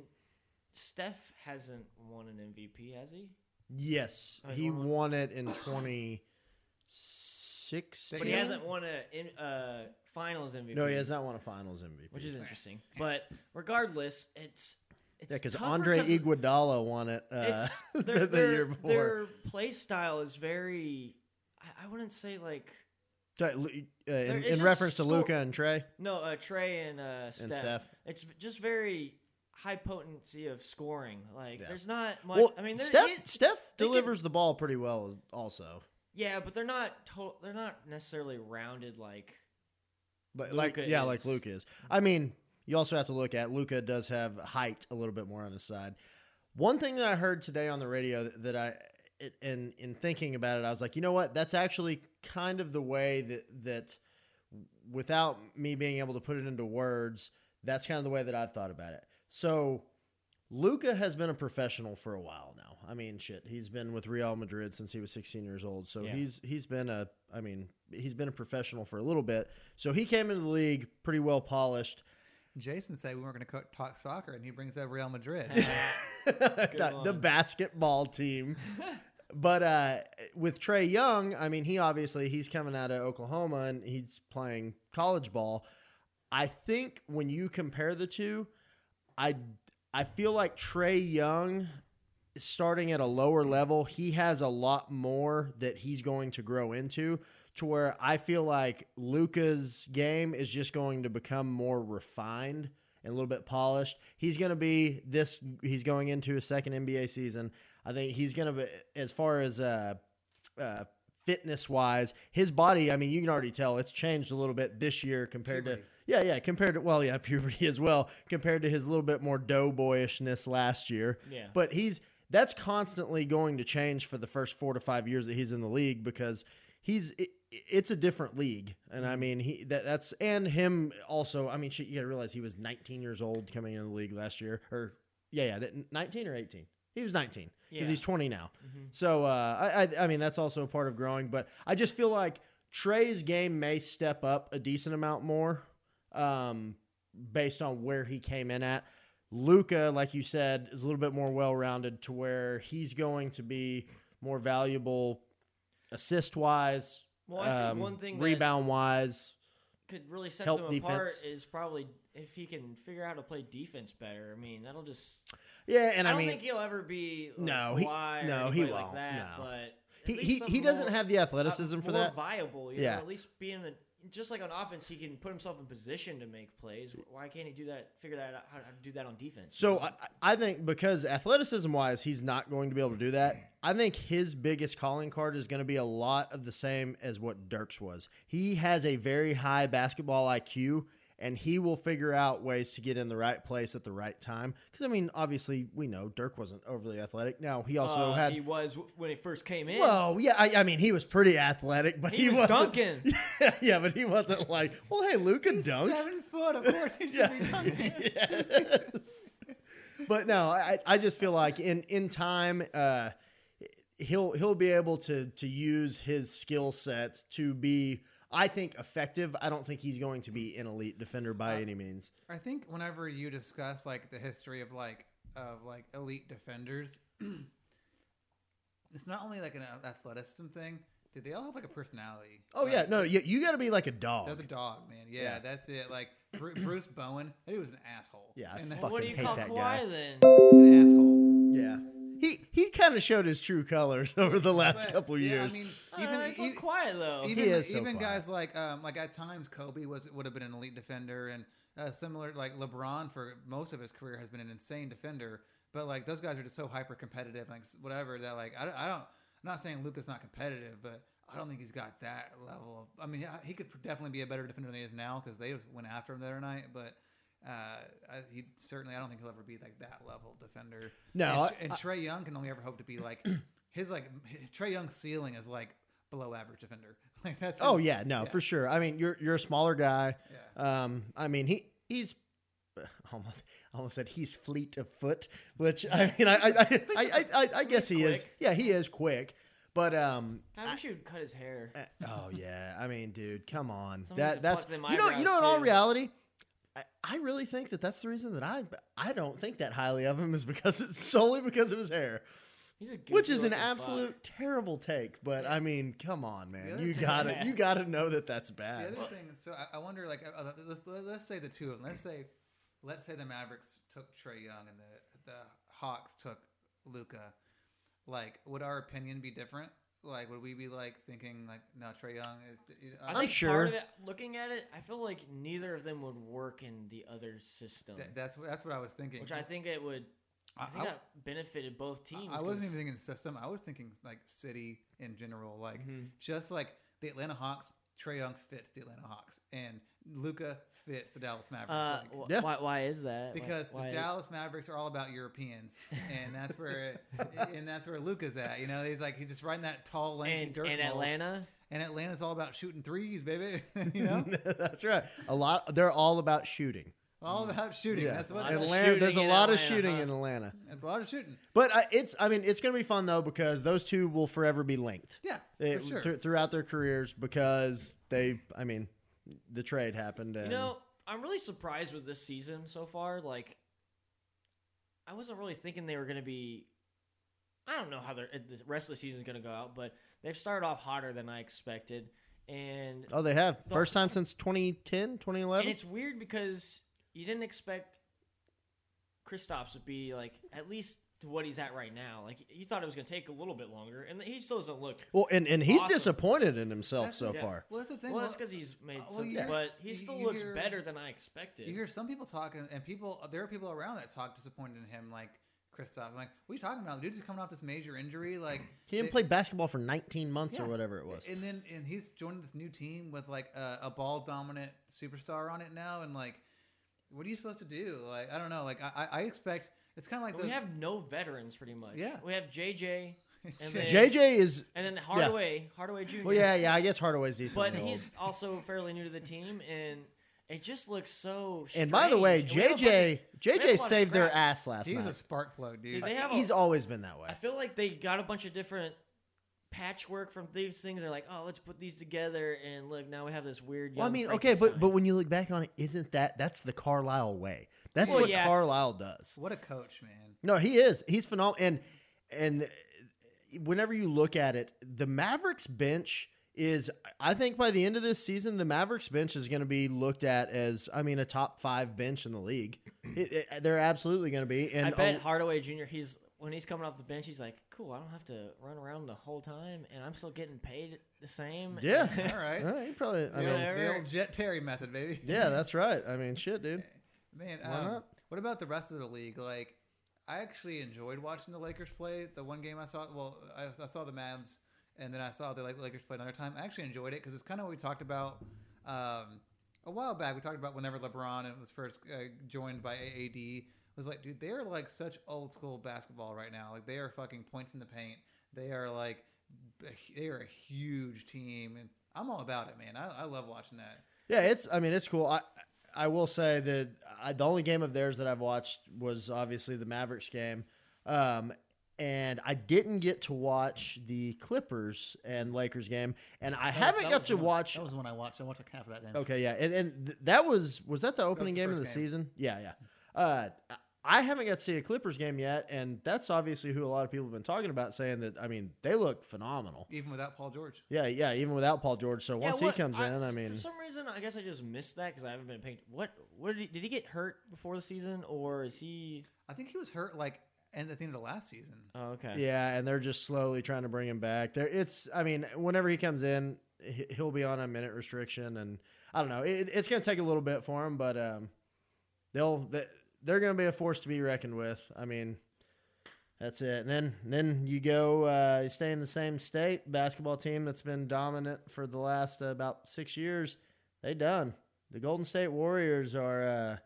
S3: Steph hasn't won an MVP, has he?
S2: Yes,
S3: I
S2: he
S3: don't-
S2: won it in 2016.
S3: But he
S1: Yeah.
S3: hasn't won a in, uh, Finals MVP.
S2: No, he has not won a Finals MVP.
S3: which is interesting. But regardless, it's it's
S2: yeah, because
S3: tougher
S2: Andre
S3: 'cause
S2: Iguodala won it uh,
S3: it's-
S2: the,
S3: their,
S2: the
S3: their-
S2: year before.
S3: Their play style is very. I, I wouldn't say like
S2: Uh, Lu- uh,
S3: they're-
S2: in
S3: it's
S2: in
S3: just
S2: reference to
S3: score-
S2: Luca and Trey,
S3: no uh, Trey and uh, Steph.
S2: Steph.
S3: It's just very high potency of scoring. Like
S2: Yeah.
S3: there's not much.
S2: well,
S3: I mean, there-
S2: Steph
S3: it-
S2: Steph
S3: they can-
S2: delivers the ball pretty well, as- also.
S3: Yeah, but they're not to- they're not necessarily rounded like
S2: But like
S3: Luka
S2: yeah,
S3: is-
S2: like Luca is. I mean, you also have to look at Luca does have height a little bit more on his side. One thing that I heard today on the radio that, that I it, and in thinking about it, I was like, you know what? That's actually kind of the way that that without me being able to put it into words, that's kind of the way that I've thought about it. So Luca has been a professional for a while now. I mean, shit, he's been with Real Madrid since he was 16 years old. So
S3: Yeah.
S2: he's he's been a I mean, he's been a professional for a little bit. So he came into the league pretty well polished.
S1: Jason said we weren't going to co- talk soccer, and he brings up Real
S3: uh,
S1: Madrid.
S2: the, the
S3: one.
S2: basketball team. But uh, with Trey Young, I mean, he obviously he's coming out of Oklahoma and he's playing college ball. I think when you compare the two, I I feel like Trey Young starting at a lower level, he has a lot more that he's going to grow into to where I feel like Luca's game is just going to become more refined and a little bit polished. He's going to be this. He's going into his second NBA season. I think he's going to be as far as uh, uh, fitness wise, his body. I mean, you can already tell it's changed a little bit this year compared
S1: Puberty.
S2: to. Yeah, yeah. Compared to well, yeah, puberty as well. Compared to his little bit more doughboyishness last year.
S3: Yeah.
S2: But he's that's constantly going to change for the first four to five years that he's in the league because he's it, it's a different league, and I mean he that that's and him also. I mean, shit, you got to realize he was 19 years old coming into the league last year, or yeah, yeah, that- 19 or 18. He was 19 because
S3: Yeah.
S2: he's 20 now.
S3: Mhm.
S2: So uh, I, I I mean that's also a part of growing, but I just feel like Trey's game may step up a decent amount more, um, based on where he came in at. Luca, like you said, is a little bit more well rounded to where he's going to be more valuable assist wise,
S3: Well, I think
S2: um,
S3: one thing that-
S2: rebound wise.
S3: could really set
S2: Help
S3: them apart
S2: defense.
S3: is probably if he can figure out how to play defense better. I mean, that'll just.
S2: Yeah, and
S3: I
S2: I,
S3: don't
S2: mean,
S3: think he'll ever be like,
S2: No, he-
S3: Kawhi or
S2: no, he
S3: anybody
S2: won't,
S3: Like that,
S2: no.
S3: but at
S2: he,
S3: least
S2: he, he
S3: something
S2: doesn't
S3: more-
S2: have the athleticism
S3: uh,
S2: for
S3: more
S2: that.
S3: viable. You
S2: Yeah.
S3: know, at least being a, just like on offense, he can put himself in position to make plays. Why can't he do that? Figure that out how to do that on defense. Uh,
S2: So I, I think because athleticism wise, he's not going to be able to do that. I think his biggest calling card is going to be a lot of the same as what Dirks was. He has a very high basketball IQ, and he will figure out ways to get in the right place at the right time. Because I mean, obviously, we know Dirk wasn't overly athletic. Now he also
S3: Uh,
S2: had.
S3: he was w- when he first came in.
S2: well, yeah, I, I mean, he was pretty athletic, but
S3: he,
S2: he,
S3: was
S2: wasn't.
S3: dunking.
S2: Yeah, yeah, but he wasn't like, well, hey, Luca
S1: He's
S2: dunks.
S1: Seven foot, of course he should
S2: Yeah.
S1: be dunking.
S2: but no, I, I just feel like in in time, uh, he'll he'll be able to to use his skill sets to be, I think, effective. I don't think he's going to be an elite defender by
S1: Uh,
S2: any means.
S1: I think whenever you discuss like the history of like of like elite defenders, it's not only like an athleticism thing. Dude, they all have like a personality.
S2: Oh yeah,
S1: Like,
S2: no, you, you got to be like a dog.
S1: they're the dog man. Yeah,
S2: Yeah.
S1: that's it. Like Bru- Bruce Bowen, that dude was an asshole.
S2: Yeah, I
S1: and
S2: fucking
S3: what do you
S2: hate
S3: call
S2: that
S3: Kawhi
S2: guy.
S3: then?
S1: an asshole.
S2: yeah, he he kind of showed his true colors over the last
S1: But,
S2: couple
S1: yeah,
S2: years.
S1: I mean,
S3: Even,
S1: even
S3: uh, he's
S1: e-
S3: so quiet though.
S1: even,
S2: is so
S1: even
S2: quiet.
S1: guys like um, like at times Kobe was would have been an elite defender and uh, similar like LeBron for most of his career has been an insane defender but like those guys are just so hyper competitive like s- whatever that like I, don't- I don't I'm not saying Luca's not competitive but I don't think he's got that level of I mean I- he could definitely be a better defender than he is now because they just went after him the other night but uh, I, he certainly I don't think he'll ever be like that level defender
S2: No,
S1: and, and Trey Young can only ever hope to be like his like Trey Young's ceiling is like below average defender. Like that's
S2: Oh yeah, no,
S1: yeah.
S2: for sure. I mean, you're you're a smaller guy.
S1: Yeah.
S2: Um, I mean he he's almost I almost said he's fleet of foot, which I mean I I I, I, I, I guess he is.
S3: quick.
S2: Yeah, he is quick. But um,
S3: I wish he would cut his hair.
S2: uh, oh yeah, I mean, dude, come on.
S3: Someone needs
S2: That
S3: to
S2: that's
S3: pluck them
S2: you know you know
S3: eyebrows,
S2: in all
S3: too.
S2: reality. I- I really think that that's the reason that I I don't think that highly of him is because it's solely because of his hair,
S3: He's a
S2: which is an
S3: goofy-looking fuck.
S2: absolute terrible take. But I mean, come on, man,
S1: other
S2: you
S1: thing-
S2: gotta you gotta know that that's
S1: The
S2: bad.
S1: other thing, so I, I wonder, like, uh, uh, let's, let's say the two of them. Let's say, let's say the Mavericks took Trey Young and the the Hawks took Luca. Like, would our opinion be different? Like, would we be like thinking like, no, Trey Young is? You know,
S3: I
S2: I'm
S3: think
S2: sure.
S3: Part of it, looking at it, I feel like neither of them would work in the other system,
S1: that- that's what that's what I was thinking.
S3: which I think it would I think that benefited both teams.
S1: I wasn't
S3: 'cause-
S1: even thinking system. I was thinking like city in general, like
S3: Mm-hmm.
S1: just like the Atlanta Hawks. Trey Young fits the Atlanta Hawks, and Luca fits the Dallas Mavericks.
S3: Uh,
S1: like,
S3: wh-
S2: Yeah.
S3: why, why is that? Like,
S1: because
S3: why-
S1: the Dallas Mavericks are all about Europeans, and that's where and that's where Luca's at. You know, he's like he's just riding that tall, lanky
S3: and,
S1: dirt
S3: and
S1: ball.
S3: Atlanta.
S1: and Atlanta's all about shooting threes, baby. you know,
S2: That's right. A lot. They're all about shooting.
S1: all about shooting. That's what.
S3: Lots of
S1: That's,
S2: Atlanta. there's a
S3: shooting in
S2: lot of
S3: Atlanta,
S2: shooting
S3: huh?
S2: in Atlanta.
S1: that's a lot of shooting.
S2: But uh, it's. I mean, it's going to be fun though because those two will forever be linked.
S1: Yeah,
S2: It-
S1: for sure.
S2: thr- throughout their careers because they. I mean, the trade happened. And
S3: You know, I'm really surprised with this season so far. Like, I wasn't really thinking they were going to be. I don't know how they're- the rest of the season's going to go out, but they've started off hotter than I expected, and
S2: oh, they have
S3: The-
S2: first time since 2010, 2011.
S3: and it's weird because you didn't expect Kristaps to be like at least to what he's at right now. Like you thought it was going to take a little bit longer, and he still doesn't look.
S2: well, and, and he's
S3: awesome.
S2: disappointed in himself
S1: That's-
S2: so
S3: yeah.
S2: far.
S1: Well, that's the thing.
S3: Well, that's
S1: Well,
S3: because he's made
S1: uh, well,
S3: something,
S1: you hear-
S3: but he
S1: you-
S3: still
S1: you
S3: looks
S1: hear-
S3: better than I expected.
S1: You hear some people talking, and people there are people around that talk disappointed in him, like Kristoff. I'm like, what are you talking about? The dude's coming off this major injury. Like
S2: He didn't
S1: it-
S2: play basketball for 19 months or
S1: Yeah.
S2: whatever it was.
S1: And then and he's joining this new team with like a, a ball dominant superstar on it now, and like, what are you supposed to do? Like, I don't know. Like, I, I I expect it's kind of like
S3: we
S1: those-
S3: have no veterans, pretty much.
S1: Yeah.
S3: we have JJ and then,
S2: JJ is.
S3: and then Hardaway, Hardaway Jr.
S2: Well, yeah, yeah. I guess Hardaway's decent.
S3: but
S2: old.
S3: he's also fairly new to the team, and it just looks so.
S2: And by the way,
S3: strange. And we have a
S2: JJ
S3: bunch of- we have a
S2: JJ
S3: bunch of
S2: saved their
S3: scraps.
S2: ass last
S1: he's a
S2: night.
S1: spark plug, dude.
S3: Dude, they have a-
S2: he's always been that
S3: I
S2: way.
S3: feel like they got a bunch of different patchwork from these things. They're like, oh, let's put these together, and look, now we have this weird.
S2: Well, I
S3: young
S2: mean, okay, but
S3: Frankenstein.
S2: but when you look back on it, isn't that that's the Carlisle way? That's
S3: Well,
S2: what
S3: yeah.
S2: Carlisle does.
S1: what a coach, man.
S2: No, he is. He's phenomenal. And and whenever you look at it, the Mavericks bench is. I think by the end of this season, the Mavericks bench is going to be looked at as. I mean, a top five bench in the league. It, it- they're absolutely going to be. And
S3: I bet
S2: oh,
S3: Hardaway Jr. He's when he's coming off the bench, he's like, cool, I don't have to run around the whole time, and I'm still getting paid the same.
S1: All
S2: yeah,
S1: right,
S2: Yeah, Uh, he probably. I
S1: The
S2: mean,
S1: old-
S3: Yeah.
S1: the old Jet Terry method, baby.
S2: yeah, that's right. I mean, shit, dude.
S1: Man,
S2: Why
S1: um,
S2: not?
S1: what about the rest of the league? Like, I actually enjoyed watching the Lakers play. The one game I saw, well, I, I saw the Mavs, and then I saw the Lak- Lakers play another time. I actually enjoyed it because it's kind of what we talked about um, a while back. We talked about whenever LeBron and was first uh, joined by AAD was like, dude, they are like such old school basketball right now. Like, they are fucking points in the paint. They are like, they are a huge team, and I'm all about it, man. I, I love watching that.
S2: Yeah, it's. I mean, it's cool. I I will say that I, the only game of theirs that I've watched was obviously the Mavericks game, um, and I didn't get to watch the Clippers and Lakers game, and I haven't
S1: That
S2: got
S1: was
S2: to
S1: one-
S2: watch.
S1: That was one I watched. I watched like half of that game.
S2: Okay, yeah, and, and th- that was was that the opening
S1: the
S2: game of the
S1: first game.
S2: season? Yeah, yeah. Uh, I- I haven't got to see a Clippers game yet, and that's obviously who a lot of people have been talking about, saying that. I mean, they look phenomenal.
S1: even without Paul George.
S2: Yeah, yeah. Even without Paul George, so
S3: Yeah,
S2: once
S3: what-
S2: he comes in, I mean,
S3: for some reason, I guess I just missed that because I haven't been paying. What? What did he, did he get hurt before the season, or is he?
S1: I think he was hurt like and at the end of last season.
S3: Oh, okay.
S2: Yeah, and they're just slowly trying to bring him back. There, it's. I mean, whenever he comes in, he- he'll be on a minute restriction, and I don't know. It, it's going to take a little bit for him, but um, they'll they- they're going to be a force to be reckoned with. I mean, that's it. And then then you go, uh, you stay in the same state basketball team that's been dominant for the last uh, about six years. They done. The Golden State Warriors are. Uh,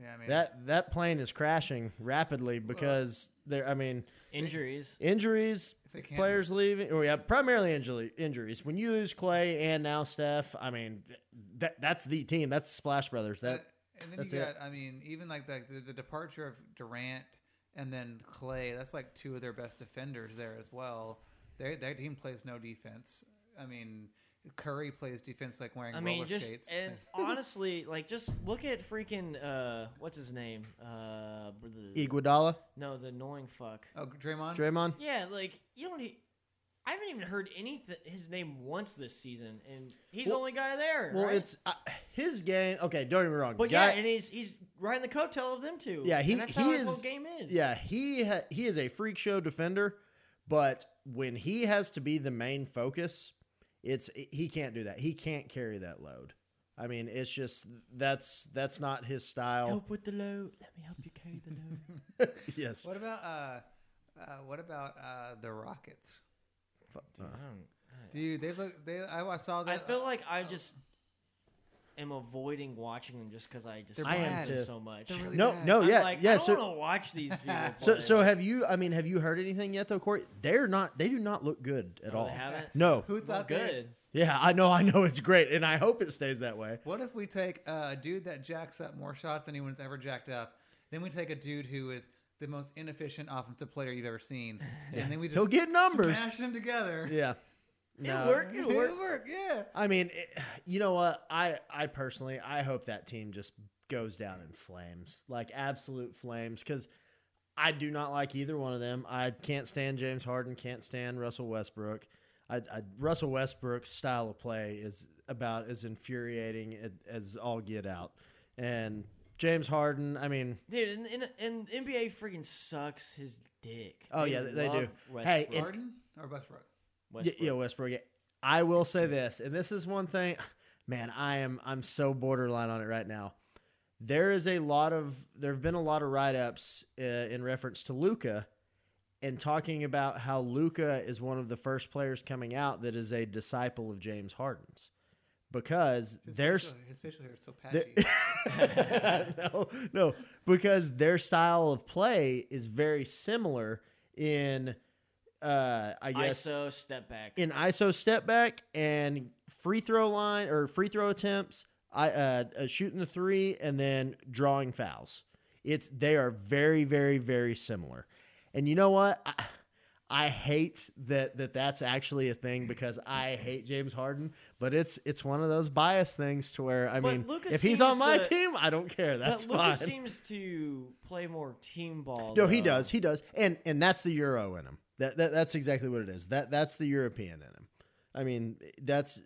S1: Yeah, I mean
S2: that that plane is crashing rapidly because they're. I mean
S3: Injuries.
S2: injuries,
S1: If they can't-
S2: players leaving, or yeah, primarily injury, injuries. When you lose Clay and now Steph, I mean, th- that that's the team. That's Splash Brothers. That
S1: and then you
S2: that's
S1: got
S2: it.
S1: I mean even like the, the the departure of Durant and then Clay. That's like two of their best defenders there as well. Their their team plays no defense. I mean Curry plays defense like wearing
S3: I mean,
S1: roller
S3: just
S1: skates.
S3: and honestly, like just look at freaking uh, what's his name? Uh, br- the-
S2: Iguodala,
S3: no, the annoying fuck.
S1: oh, Draymond.
S2: Draymond.
S3: Yeah, like you don't. e- I haven't even heard anything his name once this season, and he's the
S2: Well-
S3: only guy there.
S2: Well,
S3: right?
S2: it's uh, his game. Okay, don't get me wrong.
S3: but
S2: guy-
S3: yeah, and he's he's riding the coattail of them too.
S2: Yeah, he-
S3: and that's
S2: he
S3: how his whole
S2: is-
S3: game is.
S2: yeah, he ha- he is a freak show defender, but when he has to be the main focus, it's he can't do that. He can't carry that load. I mean, it's just that's that's not his style.
S3: Help with the load. Let me help you carry the load.
S2: yes.
S1: What about uh, uh what about uh the Rockets?
S3: Dude, I, don't,
S1: Dude, they look they I, I saw
S3: I
S1: that uh,
S3: feel like I just am avoiding watching them just because I
S1: They're
S3: despise
S2: I am
S3: them
S2: too.
S3: so much.
S1: They're really
S2: No,
S1: bad.
S2: no,
S3: I'm
S2: Oh, yeah,
S3: like,
S2: yeah.
S3: I don't
S2: so,
S3: want to watch these people.
S2: so,
S3: play.
S2: so
S3: Like,
S2: have you? I mean, have you heard anything yet though, Corey? They're not. They do not look good at
S3: no,
S2: all.
S3: They haven't.
S2: No.
S1: who
S3: Well,
S1: thought they-
S3: good.
S2: Yeah, I know. I know it's great, and I hope it stays that way.
S1: What if we take a dude that jacks up more shots than anyone's ever jacked up? Then we take a dude who is the most inefficient offensive player you've ever seen, and then we just
S2: He'll get numbers.
S1: smash them together.
S2: Yeah. No.
S3: It'll work.
S1: It'll
S3: It'll work.
S1: work, yeah.
S2: I mean, it, you know what? I I personally I hope that team just goes down in flames, like absolute flames, because I do not like either one of them. I can't stand James Harden. Can't stand Russell Westbrook. I, I, Russell Westbrook's style of play is about as infuriating a- as all get out. And James Harden, I mean,
S3: Dude, and, and, and NBA freaking sucks his dick.
S2: Oh, yeah, they
S3: love
S2: do. Hey,
S3: Westbrook.
S2: It-
S1: Harden or Westbrook?
S2: Yeah,
S3: Westbrook.
S2: yeah, Westbrook. yeah. I will say this, and this is one thing, man. I am I'm so borderline on it right now. There is a lot of there have been a lot of write ups uh, in reference to Luca, and talking about how Luca is one of the first players coming out that is a disciple of James Harden's, because
S1: His
S2: there's
S1: facial, his facial hair is so
S2: there-
S1: patchy.
S2: no, no, because their style of play is very similar in, uh, I guess
S3: ISO step back.
S2: in ISO step back and free throw line or free throw attempts, I uh, uh, shooting the three and then drawing fouls. It's they are very very very similar, and you know what? I, I hate that that that's actually a thing because I hate James Harden, but it's it's one of those bias things to where I
S3: But
S2: mean,
S3: Luka
S2: if he's on
S3: seems
S2: my
S3: to-
S2: team, I don't care. That's
S3: but Luka
S2: fine.
S3: seems to play more team ball.
S2: No, he
S3: though.
S2: does. He does. And and that's the euro in him. That, that that's exactly what it is. That that's the European in him. I mean, that's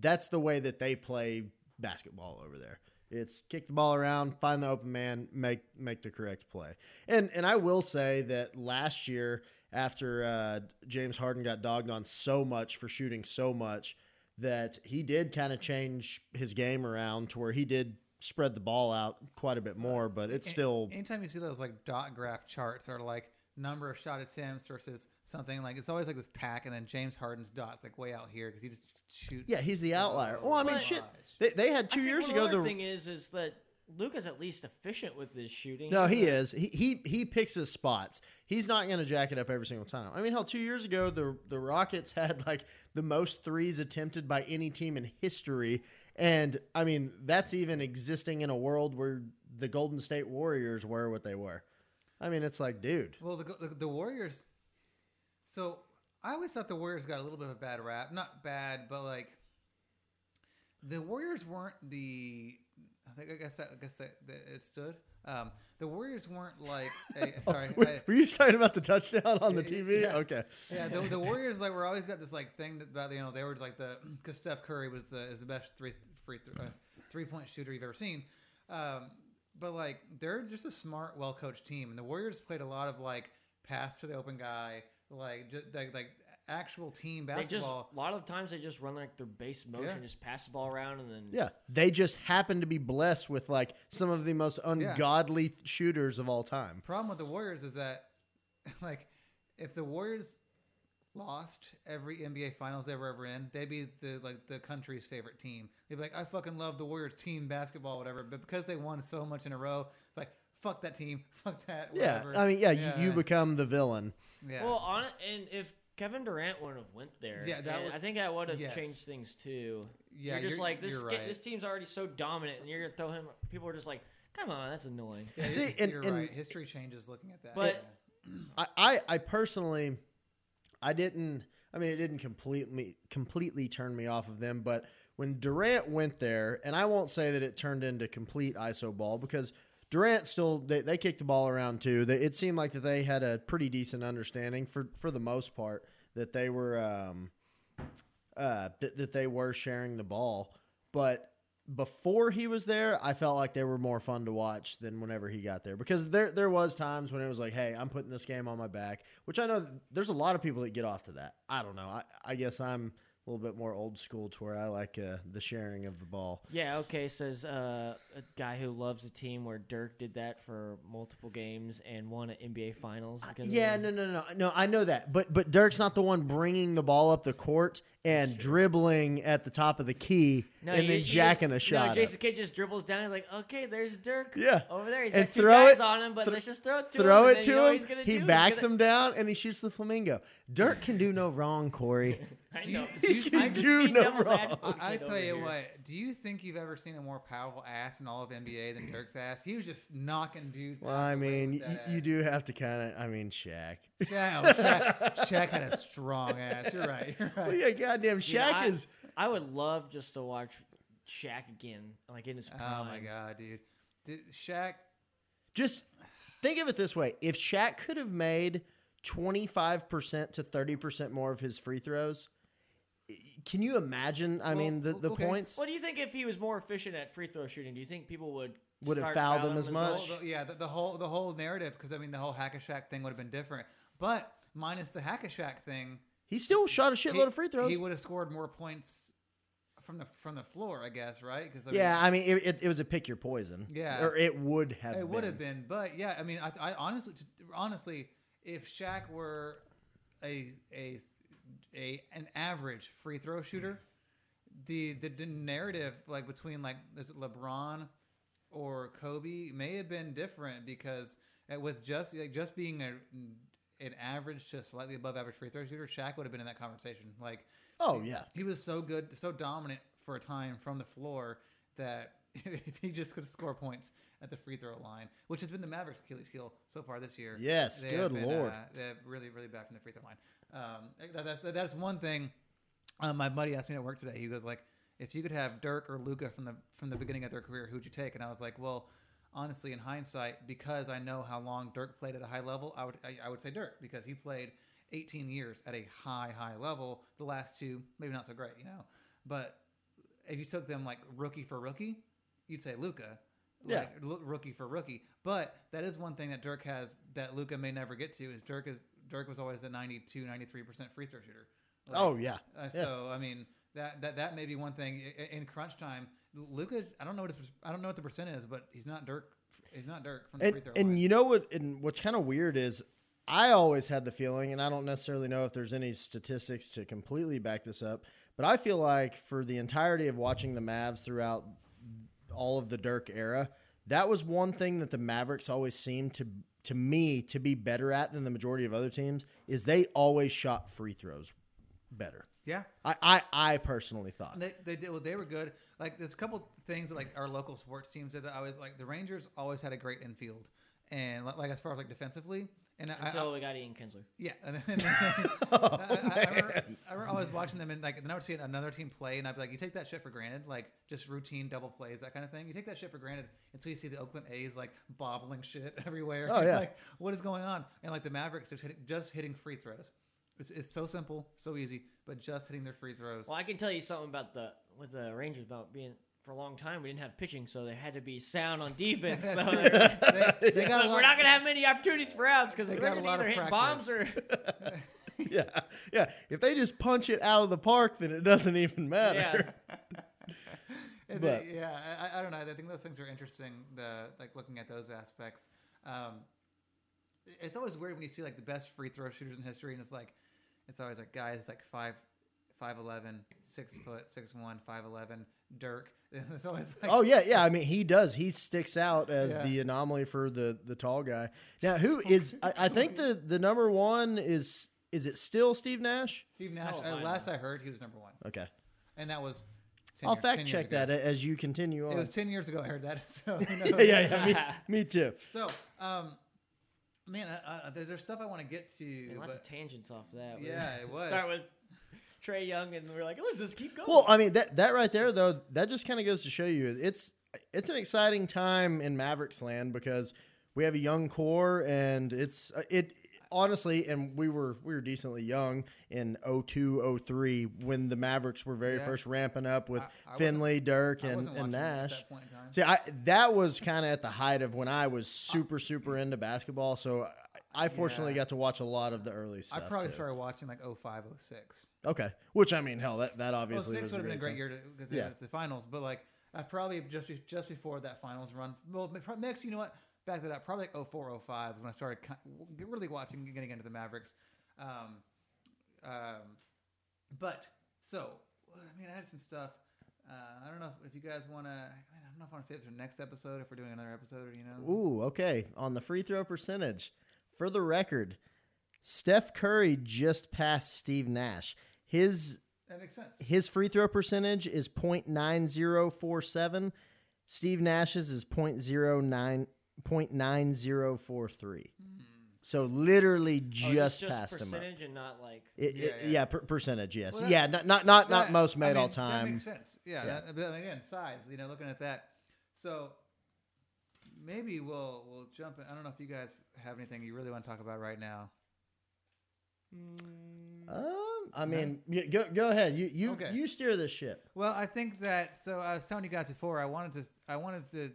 S2: that's the way that they play basketball over there. It's kick the ball around, find the open man, make make the correct play. And and I will say that last year after uh, James Harden got dogged on so much for shooting so much that he did kind of change his game around to where he did spread the ball out quite a bit more, but it's
S1: An-
S2: still
S1: Anytime you see those like dot graph charts or like number of shot attempts versus something like it's always like this pack, and then James Harden's dots like way out here because he just shoots.
S2: Yeah, he's the outlier.
S1: so
S2: Well, I mean,
S3: But-
S2: shit.
S1: much.
S2: They, they had
S3: I
S2: two
S3: think
S2: years
S3: one
S2: ago.
S3: Other
S2: The
S3: thing is, is that Luca's at least efficient with his shooting.
S2: no, he
S3: He's
S2: is. He he he picks his spots. He's not going to jack it up every single time. I mean, hell, two years ago the the Rockets had like the most threes attempted by any team in history, and I mean that's even existing in a world where the Golden State Warriors were what they were. I mean, it's like, dude,
S1: Well, the, the the Warriors. So I always thought the Warriors got a little bit of a bad rap. Not bad, but like the Warriors weren't the. I think I guess that, I guess that, that it stood. Um, the Warriors weren't like. a, sorry. I-
S2: were, were you talking about the touchdown on the
S1: Yeah,
S2: TV?
S1: yeah.
S2: Okay,
S1: yeah, the, the Warriors like were always got this like thing about you know they were like the because Steph Curry was the is the best three free uh, three point shooter you've ever seen, um, but like they're just a smart, well coached team, and the Warriors played a lot of like pass to the open guy, like just like, like actual team
S3: They just
S1: basketball.
S3: a lot of times they just run like their base motion,
S1: Yeah.
S3: just pass the ball around, and then
S2: yeah, they just happen to be blessed with like some of the most ungodly shooters of all time.
S1: problem with the Warriors is that, like, if the Warriors lost every NBA Finals they were ever in, they'd be the like the country's favorite team. They'd be like, I fucking love the Warriors team basketball, whatever. But because they won so much in a row, it's like fuck that team, fuck that.
S2: Yeah,
S1: Whatever.
S2: I mean, yeah, You, you
S1: yeah,
S2: become the villain.
S1: yeah.
S3: Well, on and if Kevin Durant wouldn't have went there,
S1: Yeah, that
S3: and
S1: was-
S3: I think that would have
S1: yes.
S3: changed things too.
S1: Yeah,
S3: you're just
S1: you're-
S3: like this.
S1: you're
S3: ga-
S1: right.
S3: This team's already so dominant, and you're gonna throw him. People are just like, come on, that's annoying.
S1: Yeah,
S2: See,
S1: you're,
S2: and-
S1: you're
S2: and-
S1: right. History changes looking at that.
S3: But-
S1: yeah.
S2: I, I, I personally, I didn't. I mean, it didn't completely completely turn me off of them. But when Durant went there, and I won't say that it turned into complete ISO ball because Durant still they, they kicked the ball around too. They, it seemed like that they had a pretty decent understanding for for the most part that they were um, uh, that that they were sharing the ball, but. Before he was there, I felt like they were more fun to watch than whenever he got there because there there was times when it was like, "Hey, I'm putting this game on my back," which I know th- there's a lot of people that get off to that. I don't know. I, I guess I'm a little bit more old school to where I like uh, the sharing of the ball.
S3: Yeah, okay, says uh, a guy who loves a team where Dirk did that for multiple games and won an NBA Finals.
S2: Uh,
S3: because of
S2: Yeah,
S3: that.
S2: no, no, no, no. I know that, but but Dirk's not the one bringing the ball up the court and dribbling at the top of the key and
S3: you-
S2: then
S3: you-
S2: jacking a shot.
S3: No,
S2: up.
S3: Jason Kidd just dribbles down. He's like, okay, there's Dirk.
S2: Yeah.
S3: Over there. He's
S2: And
S3: got two
S2: throw
S3: guys
S2: it-
S3: on him, but
S2: thro-
S3: let's just throw it to
S2: Throw
S3: him.
S2: it to him. He backs him down and he shoots the flamingo. Dirk can do no wrong, Corey.
S3: I
S1: Do
S3: know.
S1: you- do you
S3: I'm
S1: think-
S3: just
S2: do
S3: being
S2: no
S3: devil's
S2: wrong.
S3: advocate
S1: I, I
S3: over
S1: tell you
S3: here.
S1: what, do you think you've ever seen a more powerful ass in all of NBA than Dirk's ass? He was just knocking dudes.
S2: Well,
S1: out
S2: I
S1: the way
S2: mean,
S1: with
S2: y-
S1: that
S2: you
S1: ass.
S2: do have to kind of. I mean, Shaq.
S1: Shaq, oh, Shaq, Shaq had a strong ass. You're right. You're
S2: Well,
S1: right.
S2: yeah, goddamn,
S3: You know,
S2: Shaq
S3: I-
S2: is.
S3: I would love just to watch Shaq again, like in his prime.
S1: Oh my god, dude. Did Shaq.
S2: Just think of it this way: if Shaq could have made twenty five percent to thirty percent more of his free throws, i- can you imagine? I
S1: Well,
S2: mean, the, the
S1: okay.
S2: points.
S3: What do you think if he was more efficient at free throw shooting? Do you think people would
S2: Would have
S3: start
S2: fouled
S3: fouling
S2: him as
S1: the
S2: much?
S1: whole- the- yeah, the, the whole the whole narrative, because I mean, the whole Hack a Shaq thing would have been different. But minus the Hack a Shaq thing,
S2: He still shot a shitload
S1: he,
S2: of free throws.
S1: he would have scored more points from the from the floor, I guess, right? Because
S2: yeah, I mean, it, it, it was a pick your poison.
S1: Yeah.
S2: or it would have.
S1: It
S2: been.
S1: would have been, but yeah, I mean, I, I honestly, honestly, if Shaq were a a a an average free throw shooter, the the, the narrative like between like is it LeBron or Kobe may have been different because uh, with just like, just being a an average to slightly above average free throw shooter, Shaq would have been in that conversation. Like
S2: Oh yeah,
S1: he was so good, so dominant for a time from the floor that if he just could score points at the free throw line, which has been the Mavericks' Achilles heel so far this year.
S2: Yes,
S1: have
S2: good lord.
S1: Uh, they're really, really bad from the free throw line. Um, that, that's- that's one thing. Um, my buddy asked me at work today. He goes like, "If you could have Dirk or Luca from the from the beginning of their career, who'd you take?" And I was like, "Well." Honestly, in hindsight, because I know how long Dirk played at a high level, I would I, I would say Dirk because he played 18 years at a high, high level. The last two, maybe not so great, you know. But if you took them like rookie for rookie, you'd say Luca.
S2: Yeah.
S1: Like, l- rookie for rookie. But that is one thing that Dirk has that Luca may never get to is Dirk is Dirk was always a 92, 93% free throw shooter. Like,
S2: oh yeah.
S1: uh, So I mean that, that that may be one thing I- I- in crunch time. Luca, I don't know what his, I don't know what the percent is, but he's not Dirk. He's not Dirk from the free
S2: and,
S1: throw line.
S2: and you know what and what's kind of weird is i always had the feeling and i don't necessarily know if there's any statistics to completely back this up but i feel like for the entirety of watching the mavs throughout all of the dirk era that was one thing that the mavericks always seemed to to me to be better at than the majority of other teams is they always shot free throws better
S1: yeah.
S2: i i, I personally thought
S1: They, they did well. They were good. Like there's a couple things that like our local sports teams did that I was like the Rangers always had a great infield and like, like as far as like defensively and I, I,
S3: Until we got Ian Kinsler.
S1: yeah. And then, I,
S2: Oh,
S1: I, I, remember, I remember always watching them and like then I would see another team play and I'd be like, you take that shit for granted, like just routine double plays, that kind of thing. You take that shit for granted until you see the Oakland A's like bobbling shit everywhere.
S2: Oh, yeah.
S1: like what is going on? And like the Mavericks just hitting, just hitting free throws. It's, it's so simple, so easy, but just hitting their free throws.
S3: Well, I can tell you something about the with the Rangers about being for a long time we didn't have pitching, so they had to be sound on defense. So they're-
S1: They, they got a
S3: Look,
S1: lot-
S3: we're not gonna have many opportunities for outs because
S1: They
S3: they're
S1: got a
S3: gonna
S1: lot of
S3: either hit
S1: practice.
S3: bombs or
S2: yeah yeah if they just punch it out of the park then it doesn't even matter
S3: yeah.
S1: And
S2: But-
S1: they- yeah, I- I, I don't know. I think those things are interesting. The like looking at those aspects. Um, it's always weird when you see like the best free throw shooters in history, and it's like, it's always like guys like five, five eleven, six foot, six one, five eleven, Dirk. It's always like,
S2: Oh yeah, yeah. I mean, he does. He sticks out as
S1: Yeah.
S2: the anomaly for the the tall guy. Now, who is? I, I think the the number one is is it still Steve Nash?
S1: Steve Nash.
S3: Oh,
S1: uh,
S3: I
S1: last I heard, he was number one,
S2: Okay,
S1: and that was. 10
S2: I'll
S1: year- 10
S2: fact
S1: years
S2: check
S1: ago.
S2: that a- as you continue
S1: It
S2: on.
S1: was ten years ago. I heard that. So who
S2: yeah,
S1: knows?
S2: yeah, yeah. Me, me too.
S1: So, um, man, I, I, there, there's stuff I want to get to.
S3: And lots
S1: but,
S3: of tangents off that. We
S1: Yeah, it was.
S3: Start with Trey Young, and we're like, let's just keep going. Oh,
S2: Well, I mean that that right there though, that just kind of goes to show you it's it's an exciting time in Mavericks land because we have a young core and it's uh, it honestly and we were we were decently young in 02 03 when the Mavericks were very
S1: Yeah.
S2: first ramping up with
S1: I- I wasn't-
S2: Finley, Dirk
S1: I
S2: and,
S1: wasn't
S2: and
S1: watching at
S2: Nash.
S1: that point in time.
S2: See, I that was kind of at the height of when I was super super into basketball, so I fortunately
S1: Uh, Yeah.
S2: got to watch a lot of the early
S1: I
S2: stuff.
S1: probably
S2: too.
S1: started watching like 05, 06.
S2: Okay, which I mean, hell, that that
S1: Well,
S2: obviously
S1: Oh, six
S2: was
S1: would have been a great
S2: time.
S1: year because
S2: Yeah.
S1: yeah. the finals, but like I probably just be- just before that finals run. Well, ma- pro- next, you know what? Back that up. Probably like 04, 05 is when I started ki- w- really watching, getting into the Mavericks. Um, um, but so I mean, I had some stuff. Uh, I don't know if, if you guys want to. I don't know if I want to say it for next episode if we're doing another episode or you know.
S2: Ooh, okay. On the free throw percentage, for the record, Steph Curry just passed Steve Nash. His
S1: That makes sense.
S2: his free throw percentage is .9047. Steve Nash's is .09 .9043.
S1: Mm-hmm.
S2: So literally
S3: Oh, is this
S2: just,
S3: just
S2: passed him up.
S3: percentage and not like
S2: It,
S1: Yeah,
S2: it- yeah,
S1: yeah.
S2: per- percentage. Yes,
S1: Well, that-
S2: yeah, not not not, not
S1: Yeah,
S2: most
S1: I
S2: made all
S1: mean, That
S2: time.
S1: makes sense. Yeah.
S2: Yeah.
S1: that- but then again, size. You know, looking at that. So maybe we'll we'll jump. In. I don't know if you guys have anything you really want to talk about right now.
S2: Um, I mean, y- go go ahead. You you
S1: Okay.
S2: you steer this ship.
S1: Well, I think that. So I was telling you guys before. I wanted to. I wanted to.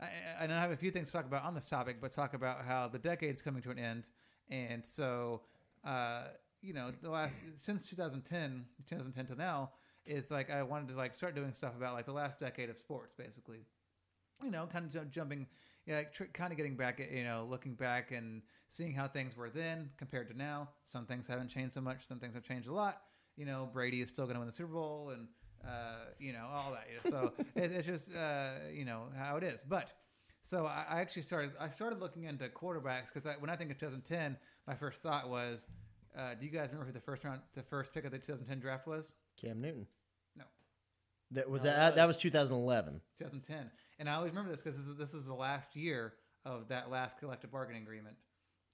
S1: I, I- and I have a few things to talk about on this topic, but talk about how the decade's coming to an end, and so uh, you know, the last since 2010, 2010 to now, is like I wanted to like start doing stuff about like the last decade of sports, basically. you know, kind of ju- jumping, yeah, like tr- kind of getting back at, you know, looking back and seeing how things were then compared to now. Some things haven't changed so much. Some things have changed a lot. You know, Brady is still going to win the Super Bowl and, uh, you know, all that. you know. So it, it's just, uh, you know, how it is. But so I, I actually started, I started looking into quarterbacks because I, when I think of 2010, my first thought was, uh, do you guys remember who the first round, the first pick of the 2010 draft was?
S2: Cam Newton.
S1: No.
S2: That was
S3: No,
S2: that,
S3: that
S2: that was
S3: was-
S2: 2011.
S1: 2010. And I always remember this because this, this was the last year of that last collective bargaining agreement.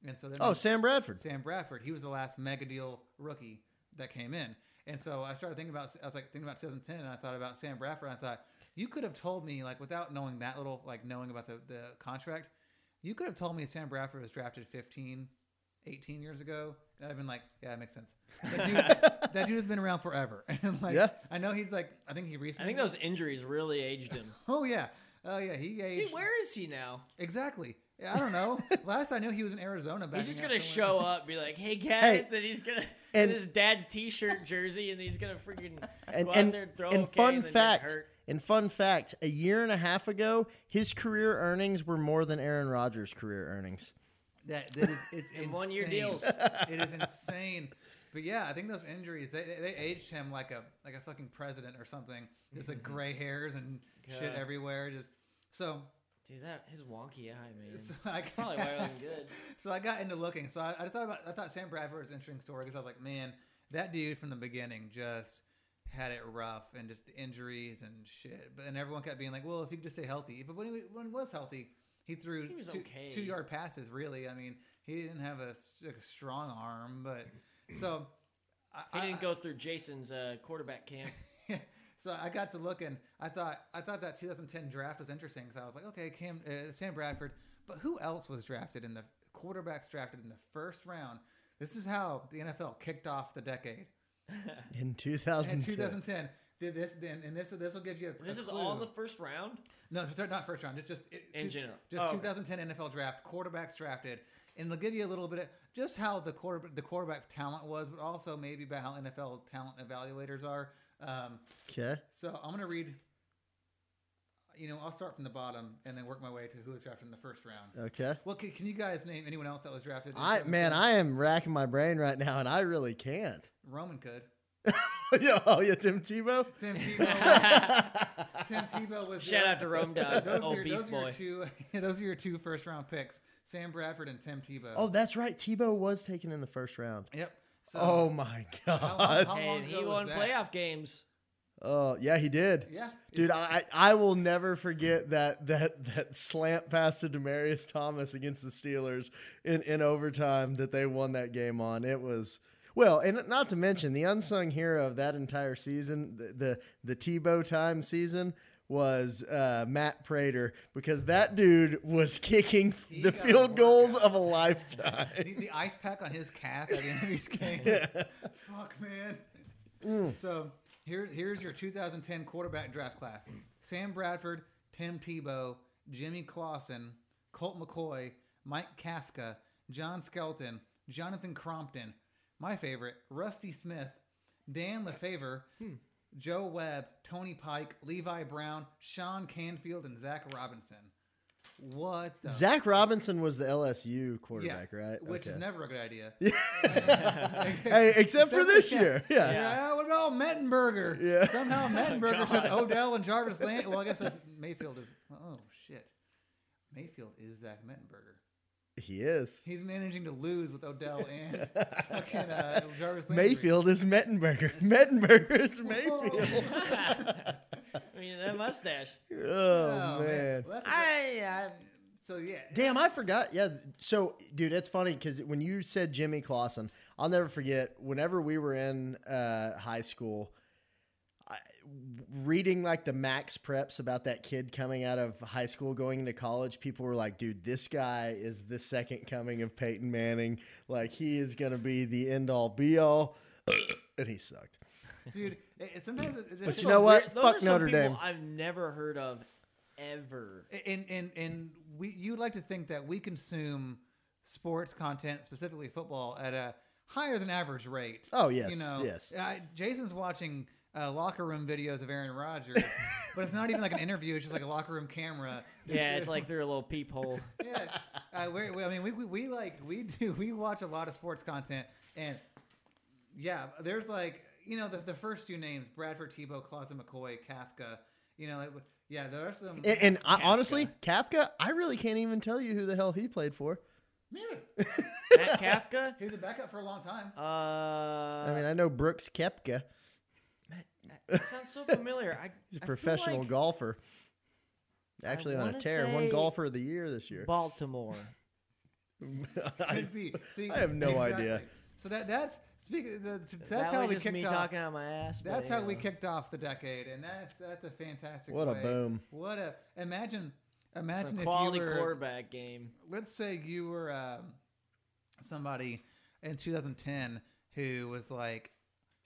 S1: And so then
S2: Oh, Sam Bradford.
S1: Sam Bradford, he was the last mega deal rookie that came in. And so I started thinking about, I was like thinking about 2010 and I thought about Sam Bradford. And I thought, you could have told me, like, without knowing that little, like, knowing about the, the contract, you could have told me Sam Bradford was drafted 15, 18 years ago. And I'd have been like, yeah, that makes sense. That dude, that dude has been around forever. And, like,
S2: Yeah.
S1: I know he's like, I think he
S3: I
S1: recently.
S3: think those injuries really aged him.
S1: Oh, yeah. Oh, yeah. He
S3: Dude,
S1: aged.
S3: where is he now?
S1: Exactly. Yeah, I don't know. Last I knew, he was in Arizona. Back
S3: He's just gonna show up, be like, "Hey guys," and he's gonna
S2: and-
S3: and his dad's t-shirt jersey, and he's gonna freaking
S2: And
S3: go out
S2: and,
S3: there throw
S2: and
S3: okay,
S2: fun
S3: and then get
S2: fact.
S3: hurt.
S2: And fun fact, a year and a half ago, his career earnings were more than Aaron Rodgers' carear earnings.
S1: That, that is, it's
S3: And one-year
S1: insane.
S3: deals.
S1: it is insane. But yeah, I think those injuries they, they, they aged him like a like a fucking president or something. Just like gray hairs and shit
S3: God.
S1: everywhere. Just so
S3: Dude, that his wonky eye, man.
S1: so I
S3: Probably why I'm good.
S1: So I got into looking. So I, I thought about I thought Sam Bradford was an interesting story because I was like, man, that dude from the beginning just had it rough and just the injuries and shit. But and everyone kept being like, well, if he could just stay healthy. But when he, when he was healthy, he threw
S3: He was
S1: two,
S3: okay.
S1: two yard passes. Really, I mean, he didn't have a, s- like a strong arm, but so.
S3: He
S1: I, I-
S3: didn't go through Jason's uh, quarterback camp.
S1: so I got to looking. I thought I thought that 2010 draft was interesting because I was like, okay, Cam, uh, Sam Bradford, but who else was drafted in the quarterbacks drafted in the first round? This is how the NFL kicked off the decade.
S2: In
S1: In
S2: 2002.
S1: 2010, did this then, and this this will give you a,
S3: This
S1: a
S3: is
S1: clue.
S3: all in the first round.
S1: no, th- not first round. It's just it,
S3: In
S1: two-
S3: general.
S1: just
S3: Oh, okay.
S1: 2010 NFL draft quarterbacks drafted, and it'll give you a little bit of just how the quarter the quarterback talent was, but also maybe about how NFL talent evaluators are. Um,
S2: Okay.
S1: so I'm gonna read. You know, I'll start from the bottom and then work my way to who was drafted in the first round.
S2: Okay.
S1: Well, can, can you guys name anyone else that was drafted? in
S2: I
S1: 17?
S2: man, I am racking my brain right now, and I really can't.
S1: Roman could.
S2: yeah, oh yeah, Tim Tebow.
S1: Tim Tebow.
S3: Shout
S1: Tim Tebow was.
S3: out to Rome Dog,
S1: Those
S3: old
S1: are, your,
S3: beef
S1: those, are your
S3: boy.
S1: two, those are your two first round picks: Sam Bradford and Tim Tebow.
S2: Oh, that's right. Tebow was taken in the first round.
S1: yep. So,
S2: oh my
S1: how
S2: god.
S1: long
S3: And
S1: ago
S3: he
S1: was
S3: won
S1: that?
S3: playoff games.
S2: Oh yeah, he did.
S1: Yeah.
S2: dude, I I I will never forget that that that slant pass to Demarius Thomas against the Steelers in in overtime that they won that game on. It was. Well, and not to mention the unsung hero of that entire season, the the, the Tebow time season, was uh, Matt Prater because that dude was kicking
S1: He
S2: the
S1: got
S2: field
S1: worked
S2: goals
S1: out.
S2: of a lifetime.
S1: the, the ice pack on his calf at the end of these games. Fuck, man. So here, here's your 2010 quarterback draft class: Sam Bradford, Tim Tebow, Jimmy Clausen, Colt McCoy, Mike Kafka, John Skelton, Jonathan Crompton, my favorite, Rusty Smith, Dan LeFavor, Joe Webb, Tony Pike, Levi Brown, Sean Canfield, and Zach Robinson. What the
S2: Zach Robinson was the LSU quarterback, right?
S1: Which is
S2: Okay.
S1: never a good idea.
S2: hey, except for
S1: Except-
S2: this
S1: yeah.
S2: year. Yeah.
S3: Yeah. Oh,
S1: Yeah, what about Mettenberger?
S2: Yeah.
S1: Somehow Mettenberger took
S3: God.
S1: Odell and Jarvis Land. Well, I guess that's Mayfield is. Oh shit, Mayfield is Zach Mettenberger.
S2: He is.
S1: He's managing to lose with Odell and fucking uh, Jarvis Landry.
S2: Mayfield is Mettenberger. Oh, Mettenberger is
S1: Whoa.
S2: Mayfield.
S3: I mean, that mustache.
S2: Oh,
S1: Oh,
S2: man.
S1: Well, that's a good-
S3: I, uh,
S1: so yeah,
S2: Damn, I forgot. Yeah. So, dude, it's funny because when you said Jimmy Clausen, I'll never forget. Whenever we were in uh, high school, I, reading like the max preps about that kid coming out of high school going into college, people were like, "Dude, this guy is the second coming of Peyton Manning. Like, he is going to be the end all be all." and he sucked.
S1: dude. It, it, sometimes it, it just
S2: But you
S1: feels
S2: know what?
S3: Those
S2: Fuck
S3: are some
S2: Notre
S3: people
S2: Dame.
S3: I've never heard of ever.
S1: and and and we you like to think that we consume sports content specifically football at a higher than average rate.
S2: Oh, yes,
S1: you know
S2: yes.
S1: I, Jason's watching uh, locker room videos of Aaron Rodgers, but it's not even like an interview. It's just like a locker room camera.
S3: Yeah, it's like through a little peephole.
S1: yeah. Uh, we're, we, I mean, we, we we like we do we watch a lot of sports content and yeah, there's like you know the, the first two names Bradford Tebow, Clausen McCoy, Kafka. You know, it, would- yeah, there are some.
S2: And, and I,
S3: Kafka.
S2: honestly, Kafka, I really can't even tell you who the hell he played for.
S1: Man,
S3: Matt Kafka.
S1: he was a backup for a long time.
S3: Uh,
S2: I mean, I know Brooks Kepka.
S3: that sounds so familiar. I,
S2: He's a
S3: I feel
S2: professional
S3: like
S2: golfer. Actually, on a
S3: wanna
S2: tear, one
S3: say-
S2: golfer of the year this year.
S3: Baltimore.
S2: I,
S1: Could be. See,
S2: I have no idea.
S1: So that that's speaking. That's,
S3: That
S1: that's how
S3: was
S1: we
S3: just
S1: kicked
S3: me
S1: off.
S3: talking out my ass. but,
S1: that's
S3: you
S1: how we
S3: know.
S1: kicked off the decade, and that's that's a fantastic.
S2: What a
S1: way.
S2: boom.
S1: What a imagine
S3: It's
S1: imagine
S3: a
S1: if
S3: quality
S1: you were
S3: quarterback game.
S1: let's say you were um, somebody in 2010 who was like.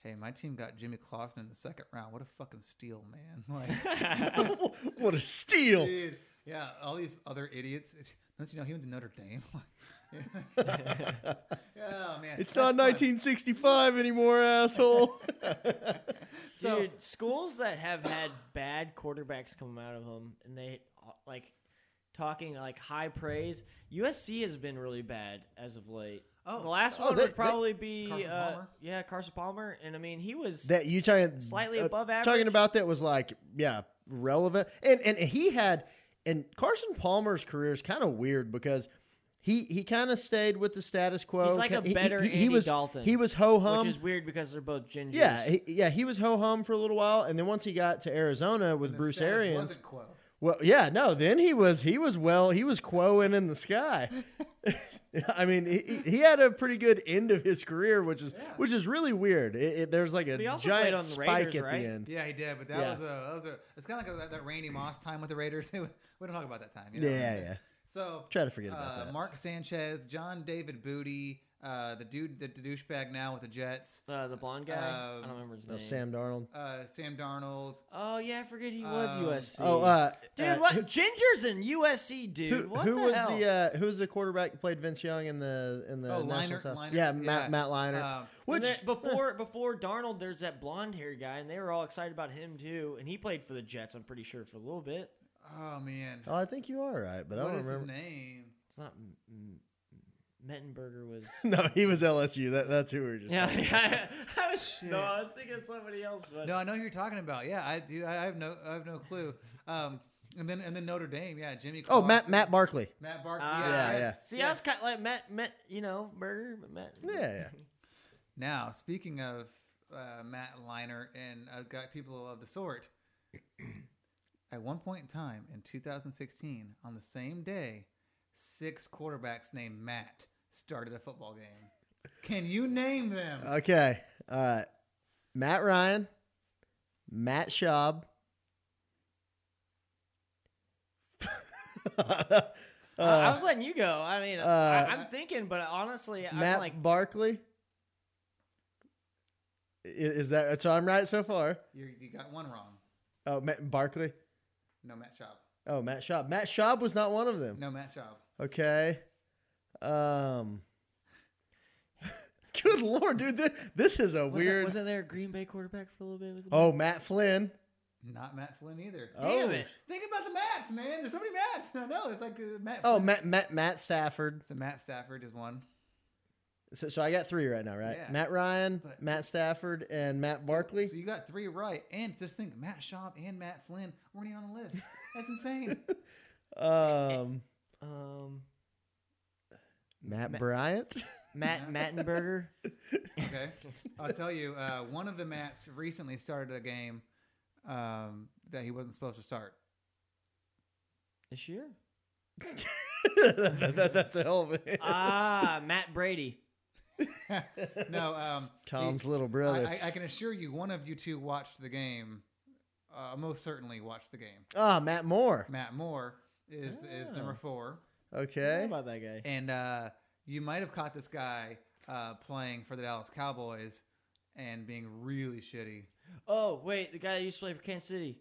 S1: Hey, my team got Jimmy Clausen in the second round. What a fucking steal, man! Like,
S2: what a steal!
S1: dude, yeah, all these other idiots. Don't you know he went to Notre Dame? oh man,
S2: It's
S1: that's
S2: not
S1: fun.
S2: 1965 anymore, asshole.
S1: So-
S3: Dude, schools that have had bad quarterbacks come out of them, and they uh, like talking like high praise. USC has been really bad as of late.
S1: Oh.
S3: the last
S2: Oh,
S3: one
S2: they-
S3: would
S2: they-
S3: probably be
S1: Carson
S3: uh,
S1: Palmer?
S3: yeah, Carson Palmer, and I mean he was
S2: that you talking
S3: Slightly above
S2: Talking
S3: average?
S2: about that was like, yeah, relevant. And and he had and Carson Palmer's career is kind of weird because. He, he kind of stayed with the status quo.
S3: He's like a
S2: He- he-
S3: better
S2: he, he
S3: Andy
S2: was,
S3: Dalton,
S2: He was ho hum.
S3: which is weird because they're both gingers.
S2: um, Yeah, he, yeah, he was ho hum for a little while, and then once he got to Arizona with
S1: The
S2: Bruce
S1: status
S2: Arians,
S1: wasn't quo.
S2: well, yeah, no, then he was he was well, he was quoing in the sky. I mean, he, he- he had a pretty good end of his career, which is
S1: Yeah.
S2: which is really weird. It, it- there's like a
S3: But he also
S2: giant
S3: played on the
S2: spike
S3: Raiders,
S2: at
S3: right?
S2: the end.
S1: Yeah, he did, but that
S2: Yeah.
S1: was a that was a. It's kind of like that, that Randy Moss time with the Raiders. we don't talk about that time. You know?
S2: Yeah, yeah.
S1: So
S2: Try to forget about
S1: uh,
S2: that.
S1: Mark Sanchez, John David Booty, uh, the dude, the, the douchebag now with the Jets,
S3: uh, the blonde guy. I
S1: Um,
S3: don't remember his
S2: Oh,
S3: name.
S2: Sam Darnold.
S1: uh, Sam Darnold.
S3: Oh yeah, I forget he was
S1: Um,
S3: USC.
S2: Oh, uh,
S3: dude,
S2: uh,
S3: what
S2: Who,
S3: gingers in USC, dude?
S2: who-
S3: what
S2: who
S3: the
S2: was
S3: hell?
S2: the uh, who was the quarterback that played Vince Young in the in the
S1: Oh,
S2: national
S1: Leinart-
S2: title?
S1: Leinart,
S2: Yeah, Matt
S1: yeah.
S2: Matt Liner.
S1: Um,
S3: Uh, And
S2: which
S3: then before before Darnold, there's that blonde haired guy, and they were all excited about him too. And he played for the Jets, I'm pretty sure, for a little bit.
S1: Oh man,
S2: oh, I think you are right, but I
S1: what
S2: don't
S1: is
S2: remember.
S1: his name?
S3: It's not M- M- Mettenberger was.
S2: No, he was LSU. That, that's who we were just.
S3: yeah,
S2: talking about.
S3: yeah, I was no, I was thinking of somebody else, but
S1: No, I know who you're talking about. Yeah, I do. I have no, I have no clue. Um, and then and then Notre Dame. Yeah, Jimmy.
S2: Oh, Matt
S1: Clausen,
S2: Matt Barkley.
S1: Matt Barkley.
S3: Ah,
S1: yeah,
S2: Yeah,
S1: yeah.
S2: yeah.
S3: see, I was kind of like Matt, Matt, you know, Berger, but Matt.
S2: Yeah, yeah.
S1: Now, speaking of uh, Matt Liner and uh, got people of the sort, at one point in time in 2016, on the same day, six quarterbacks named Matt started a football game. Can you name them?
S2: Okay. All right. Matt Ryan, Matt Schaub.
S3: I- I
S2: Uh,
S3: was letting you go. I mean,
S2: uh,
S3: I, I'm thinking, but honestly, I'm
S2: Matt
S3: like,
S2: Barkley. I- Is, that so? I'm right so far.
S1: you you got one wrong.
S2: Oh, Matt Barkley.
S1: No Matt Schaub.
S2: Oh, Matt Schaub. Matt Schaub was not one of them.
S1: No Matt Schaub.
S2: Okay. Um, good lord, dude, this, this is a
S3: Wasn't-
S2: weird.
S3: Wasn't there a Green Bay quarterback for a little bit? With the
S2: oh, Matt Flynn.
S1: Not Matt Flynn either.
S2: oh.
S3: Damn it.
S1: Think about the Mats, man. There's so many Mats. I know. It's like uh, Matt.
S2: Oh,
S1: Flynn.
S2: Matt Matt Matt Stafford.
S1: So Matt Stafford is one.
S2: So, so I got three right now, right?
S1: Yeah.
S2: Matt Ryan,
S1: But-
S2: Matt Stafford, and Matt
S1: So-
S2: Barkley.
S1: So, you got three right, and just think, Matt Schaub and Matt Flynn weren't even on the list. That's insane.
S2: um,
S3: Um,
S2: Matt
S3: Ma-
S2: Bryant.
S3: Matt Mattenberger.
S1: Okay, I'll tell you. Uh, one of the Mats recently started a game um, that he wasn't supposed to start.
S3: this year.
S2: That- that- that's a hell of a
S3: Ah, Matt Brady.
S1: no, um,
S2: Tom's
S1: he-
S2: little
S1: I,
S2: brother.
S1: I, I can assure you, one of you two watched the game. Uh, most certainly watched the game.
S2: Ah, Matt Moore.
S1: Matt Moore is is
S3: Oh.
S1: number four,
S3: I don't know
S2: Okay.
S3: about that guy.
S1: and uh, you might have caught this guy uh, playing for the Dallas Cowboys and being really shitty
S3: Oh wait, the guy that used to play for Kansas City.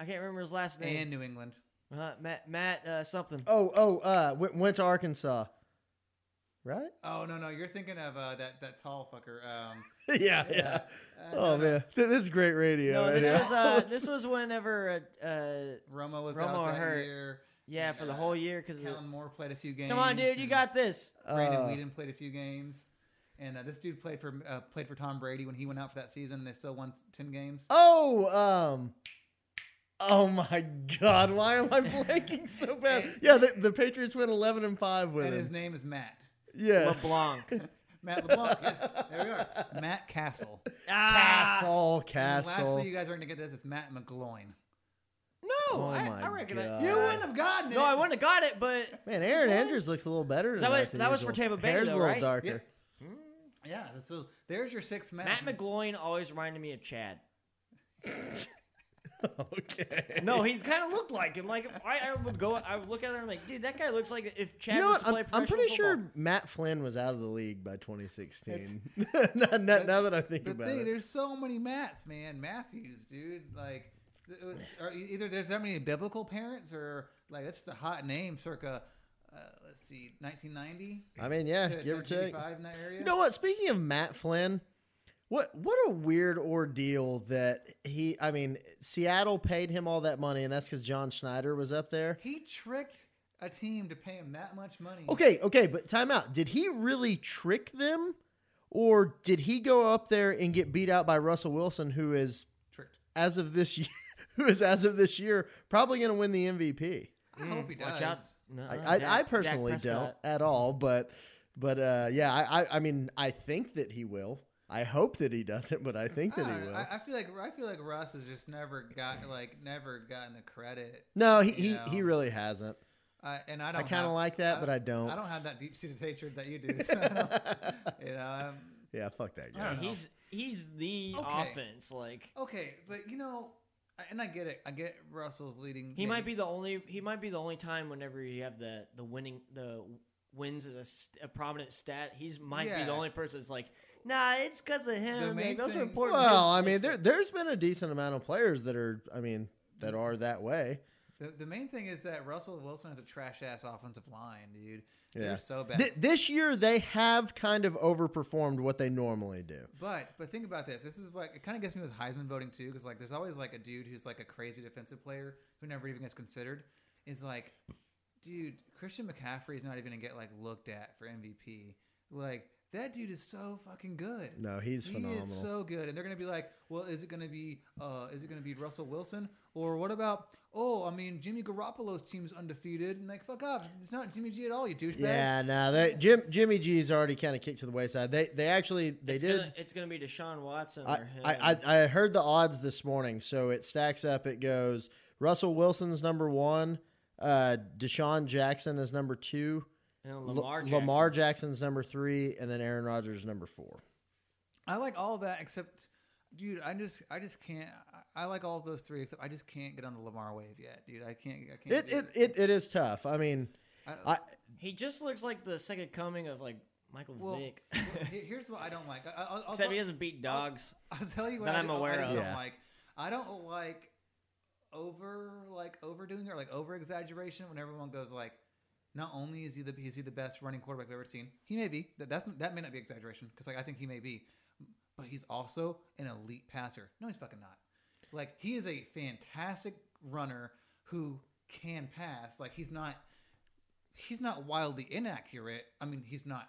S3: I can't remember his last name.
S1: and New England.
S3: uh, Matt Matt uh, something.
S2: Oh, oh, uh, went, went to Arkansas. Right?
S1: Oh no, no, you're thinking of uh, that that tall fucker. Um,
S2: yeah,
S1: yeah. Uh,
S2: Oh
S1: no, no,
S2: man, Th- this is great radio.
S3: no,
S2: right
S3: this
S2: here.
S3: was uh, this was whenever uh, uh
S1: Romo was
S3: Romo
S1: out that
S3: hurt.
S1: year.
S3: yeah for the whole year because
S1: Kellen Moore played a few games.
S3: come on dude you
S1: and
S3: got this.
S1: Brandon
S2: Uh,
S1: Whedon played a few games, and uh, this dude played for uh, played for Tom Brady when he went out for that season. and They still won ten games.
S2: Oh, um, oh my God, why am I blanking so bad? Yeah, the, the Patriots went eleven and five with
S1: and his
S2: him.
S1: name is Matt.
S2: Yes,
S3: LeBlanc.
S1: Matt LeBlanc. yes, there we are. Matt Castle.
S3: ah,
S2: Castle,
S1: And
S2: Castle.
S1: Lastly, you guys are going to get this. It's Matt McGloin.
S3: no,
S2: Oh
S3: I,
S2: my
S3: I reckon
S2: God.
S3: that.
S1: You
S2: Uh,
S1: wouldn't have gotten it.
S3: No, I wouldn't have got it, but
S2: Man, Aaron
S3: What?
S2: Andrews looks a little better.
S3: That
S2: tonight
S3: was-
S2: than
S3: that was
S2: usual.
S3: for Tampa Bay,
S2: Hair's
S3: though,
S2: a little
S3: right?
S2: darker.
S1: Yeah. Yeah. So there's your six Matt.
S3: Matt McGloin always reminded me of Chad.
S2: okay.
S3: No, he kind of looked like him. Like I, I would go, I would look at him like, dude, that guy looks like if Chad
S2: You know
S3: was
S2: what?
S3: to play
S2: I'm, I'm
S3: professional
S2: pretty
S3: football.
S2: sure Matt Flynn was out of the league by 2016. now, now- now that I think
S1: But
S2: about
S1: thing,
S2: it,
S1: there's so many Matts, man. Matthews, dude. Like, it was- or e- either there's that many biblical parents, or like that's just a hot name, circa. Uh, let's see, 1990.
S2: I mean, yeah,
S1: to
S2: give or take.
S1: 1985 in that area.
S2: You know what? Speaking of Matt Flynn, what what a weird ordeal that he. I mean, Seattle paid him all that money, and that's because John Schneider was up there.
S1: he tricked a team to pay him that much money.
S2: Okay, okay, but time out. Did he really trick them, or did he go up there and get beat out by Russell Wilson, who is
S1: Tricked.
S2: as of this year, who is as of this year probably going to win the MVP?
S1: I hope
S2: Mm,
S1: he does.
S3: Watch out. No,
S2: I,
S3: Uh, Dak-
S2: I, I
S3: Dak
S2: personally don't
S3: Prescott.
S2: at all, but but uh, yeah, I, I I mean I think that he will. I hope that he doesn't, but I think
S1: I,
S2: that he
S1: don't know.
S2: will.
S1: I, I feel like I feel like Russ has just never got like never gotten the credit,
S2: no, he,
S1: you
S2: he, he
S1: know.
S2: really hasn't.
S1: uh, and I
S2: I
S1: don't.
S2: kind of
S1: have-
S2: like that, but I don't.
S1: I don't have that deep seated hatred that you do. So I don't- you know, um, I'm,
S2: yeah, fuck that
S1: I
S2: guy.
S1: don't know.
S3: He's he's the
S1: Okay.
S3: offense. Like
S1: Okay, but you know, I- and I get it. I get Russell's leading.
S3: he might be the only he might be the only time whenever you have the the winning the wins as a, st- a prominent stat. He's might be
S1: Yeah.
S3: the only person that's like, nah, it's because of him.
S1: main
S3: Like, those are
S1: thing-
S3: important.
S2: Well, I
S3: his-
S2: mean,
S3: his-
S2: there there's been a decent amount of players that are, I mean, that are that way.
S1: The, the main thing is that Russell Wilson has a trash ass offensive line, dude.
S2: Yeah.
S1: They're so bad.
S2: Th- this year they have kind of overperformed what they normally do.
S1: but but think about this. This is what it kind of gets me with Heisman voting too, because like there's always like a dude who's like a crazy defensive player who never even gets considered. Is like, dude, Christian McCaffrey is not even gonna get like looked at for MVP. Like that dude is so fucking good.
S2: No, he's
S1: he
S2: phenomenal.
S1: is so good, and they're gonna be like, "Well, is it gonna be uh, is it gonna be Russell Wilson or what about? Oh, I mean, Jimmy Garoppolo's team's undefeated, and like, fuck up, it's not Jimmy G at all, you douchebag.
S2: yeah, no, they, Jim Jimmy G's already kind of kicked to the wayside. They they actually they
S3: it's
S2: did.
S3: Gonna, it's gonna be Deshaun Watson
S2: I,
S3: or him.
S2: I, I I heard the odds this morning, so it stacks up. It goes Russell Wilson's number one, uh, Deshaun Jackson is number two,
S3: and
S2: L-
S3: Lamar. Jackson.
S2: Lamar Jackson's number three, and then Aaron Rodgers is number four.
S1: I like all that except, dude, I just I just can't. I- I like all of those three except I just can't get on the Lamar wave yet, dude. I can't. I can't.
S2: It
S1: do
S2: it, it, it is tough. I mean,
S1: I-
S2: I
S3: He just looks like the second coming of like Michael
S1: Well,
S3: Vick.
S1: well, he- here's what I don't like. I, I'll, I'll,
S3: Except he
S1: I'll,
S3: doesn't beat dogs.
S1: I'll tell you what
S3: that
S1: I
S3: I'm
S1: do- I
S3: aware
S1: just
S2: of.
S1: Don't
S2: Yeah.
S1: like I don't like over like overdoing or like over exaggeration when everyone goes like, Not only is he the is he the best running quarterback I've ever seen, he may be that that's that may not be exaggeration because like I think he may be, but he's also an elite passer. No, he's fucking not. Like he is a fantastic runner who can pass. Like he's not he's not wildly inaccurate. I mean, he's not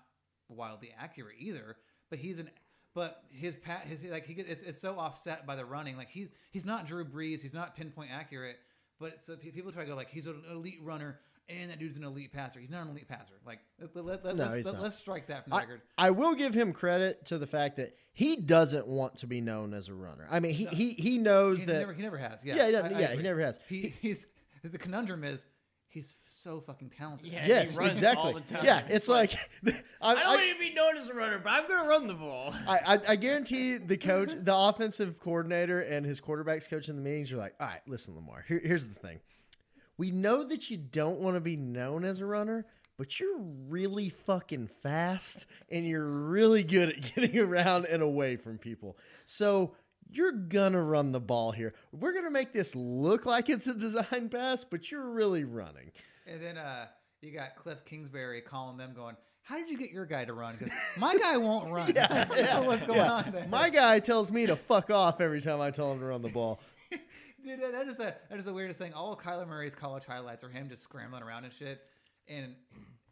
S1: wildly accurate either. But he's an but his pat his like he gets it's, it's so offset by the running. Like he's he's not Drew Brees. He's not pinpoint accurate. But so pe- people try to go like he's an elite runner and that dude's an elite passer. He's not an elite passer. Like let, let, let,
S2: No,
S1: us
S2: he's
S1: let,
S2: not.
S1: us strike that from the
S2: I,
S1: record.
S2: I will give him credit to the fact that he doesn't want to be known as a runner. I mean, he he, he knows
S1: He, he
S2: that.
S1: never he never has. Yeah.
S2: yeah, he doesn't-
S1: I- I
S2: yeah, he
S1: agree.
S2: never has.
S1: He, he's the conundrum is he's so fucking talented.
S3: Yeah. and he
S2: yes,
S3: runs all
S2: exactly.
S3: the time.
S2: Yeah, it's like I,
S3: I don't want to be known as a runner, but I'm going to run the ball.
S2: I, I, I guarantee the coach, the offensive coordinator, and his quarterbacks coach in the meetings are like, all right, listen, Lamar, here, here's the thing. We know that you don't want to be known as a runner, but you're really fucking fast and you're really good at getting around and away from people. So you're going to run the ball here. We're going to make this look like it's a design pass, but you're really running.
S1: And then uh, you got Cliff Kingsbury calling them, going, "How did you get your guy to run? Because my guy won't run. I don't know what's going
S2: yeah.
S1: on there.
S2: My guy tells me to fuck off every time I tell him to run the ball.
S1: Dude, that- that is the that is the weirdest thing. All of Kyler Murray's college highlights are him just scrambling around and shit, and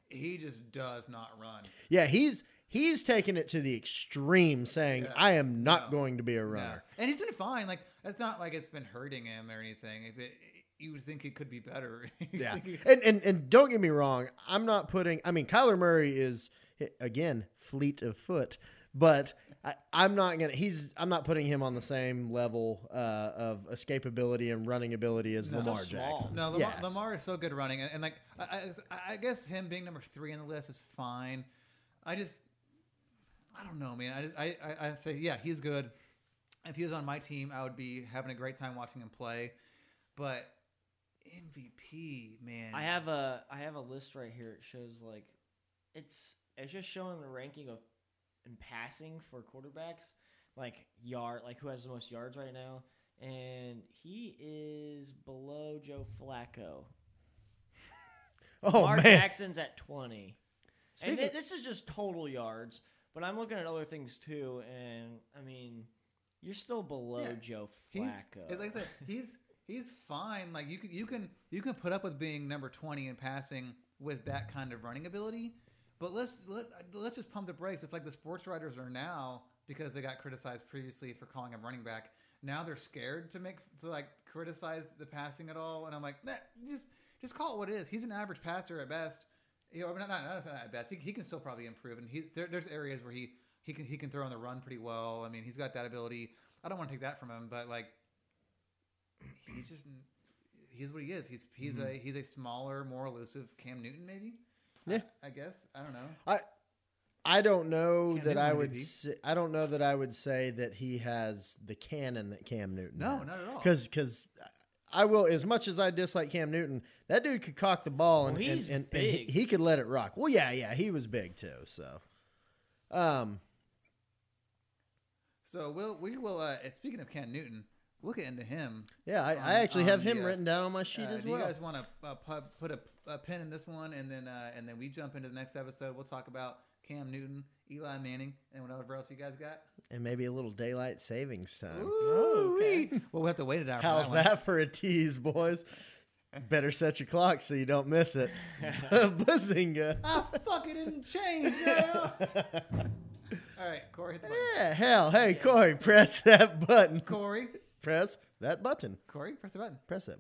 S1: he just does not run.
S2: Yeah, he's he's taking it to the extreme, saying,
S1: Yeah.
S2: "I am not
S1: No.
S2: going to be a
S1: No.
S2: runner."
S1: And he's been fine. Like that's not like it's been hurting him or anything. If it, you would think it could be better.
S2: Yeah, and, and and don't get me wrong, I'm not putting. I mean, Kyler Murray is eh, again fleet of foot, but I, I'm not gonna. He's I'm not putting him on the same level uh, of escapability and running ability as
S1: No.
S2: Lamar
S3: So small.
S2: Jackson.
S1: No, Lamar,
S2: Yeah.
S1: Lamar is so good running, and, and like I, I, I guess him being number three on the list is fine. I just, I don't know, man. I just, I, I, I say, yeah, he's good. If he was on my team, I would be having a great time watching him play. But MVP, man,
S3: I have a I have a list right here. It shows like it's it's just showing the ranking of in passing for quarterbacks, like yard, like who has the most yards right now, and he is below Joe Flacco.
S2: Oh
S3: Mark
S2: man,
S3: Jackson's at twenty,
S2: Speaking-
S3: and thi- this is just total yards. But I'm looking at other things too, and I mean, you're still below
S1: Yeah.
S3: Joe
S1: He's
S3: Flacco.
S1: it- like I said, he's he's fine. Like you can you can you can put up with being number twenty in passing with that kind of running ability. But let's let let's just pump the brakes. It's like the sports writers are now because they got criticized previously for calling him running back. Now they're scared to make to like criticize the passing at all. And I'm like, nah, just just call it what it is. He's an average passer at best. You know, I mean, not, not, not at best. He, he can still probably improve, and he there, there's areas where he he can he can throw on the run pretty well. I mean, he's got that ability. I don't want to take that from him, but like he's just he's what he is. He's he's
S2: Mm-hmm.
S1: a he's a smaller, more elusive Cam Newton, maybe. I-
S2: Yeah.
S1: I, guess I don't know.
S2: I don't know
S1: Cam
S2: that
S1: Newton
S2: I
S1: would
S2: would.
S1: be.
S2: Say, I don't know that I would say that he has the cannon that Cam Newton.
S1: No,
S2: has.
S1: not at all.
S2: because because I will as much as I dislike Cam Newton, that dude could cock the ball and,
S3: Well,
S2: and-
S3: he's
S2: and, and he-
S3: big.
S2: he, could let it rock. Well, yeah, yeah, he was big too. So, um,
S1: so we'll we will. Uh, and speaking of Cam Newton, we'll get into him.
S2: yeah, I,
S1: On-
S2: I actually have
S1: on
S2: him
S1: the, uh,
S2: written down on my sheet
S1: Uh,
S2: as
S1: do
S2: well.
S1: you guys want to uh, pu- put a, a pin in this one, and then uh, and then we jump into the next episode. We'll talk about Cam Newton, Eli Manning, and whatever else you guys got.
S2: and maybe a little daylight savings time.
S1: Ooh, Well, we'll have to wait it out.
S2: How's
S1: for that? one.
S2: that, for a tease, boys? Better set your clock so you don't miss it. Bazinga!
S1: I fucking Ah, didn't change. yo. All right, Corey, hit the button.
S2: Yeah, hell, hey Corey, press that button.
S1: Corey,
S2: Press that button.
S1: Corey, press the button.
S2: Press that.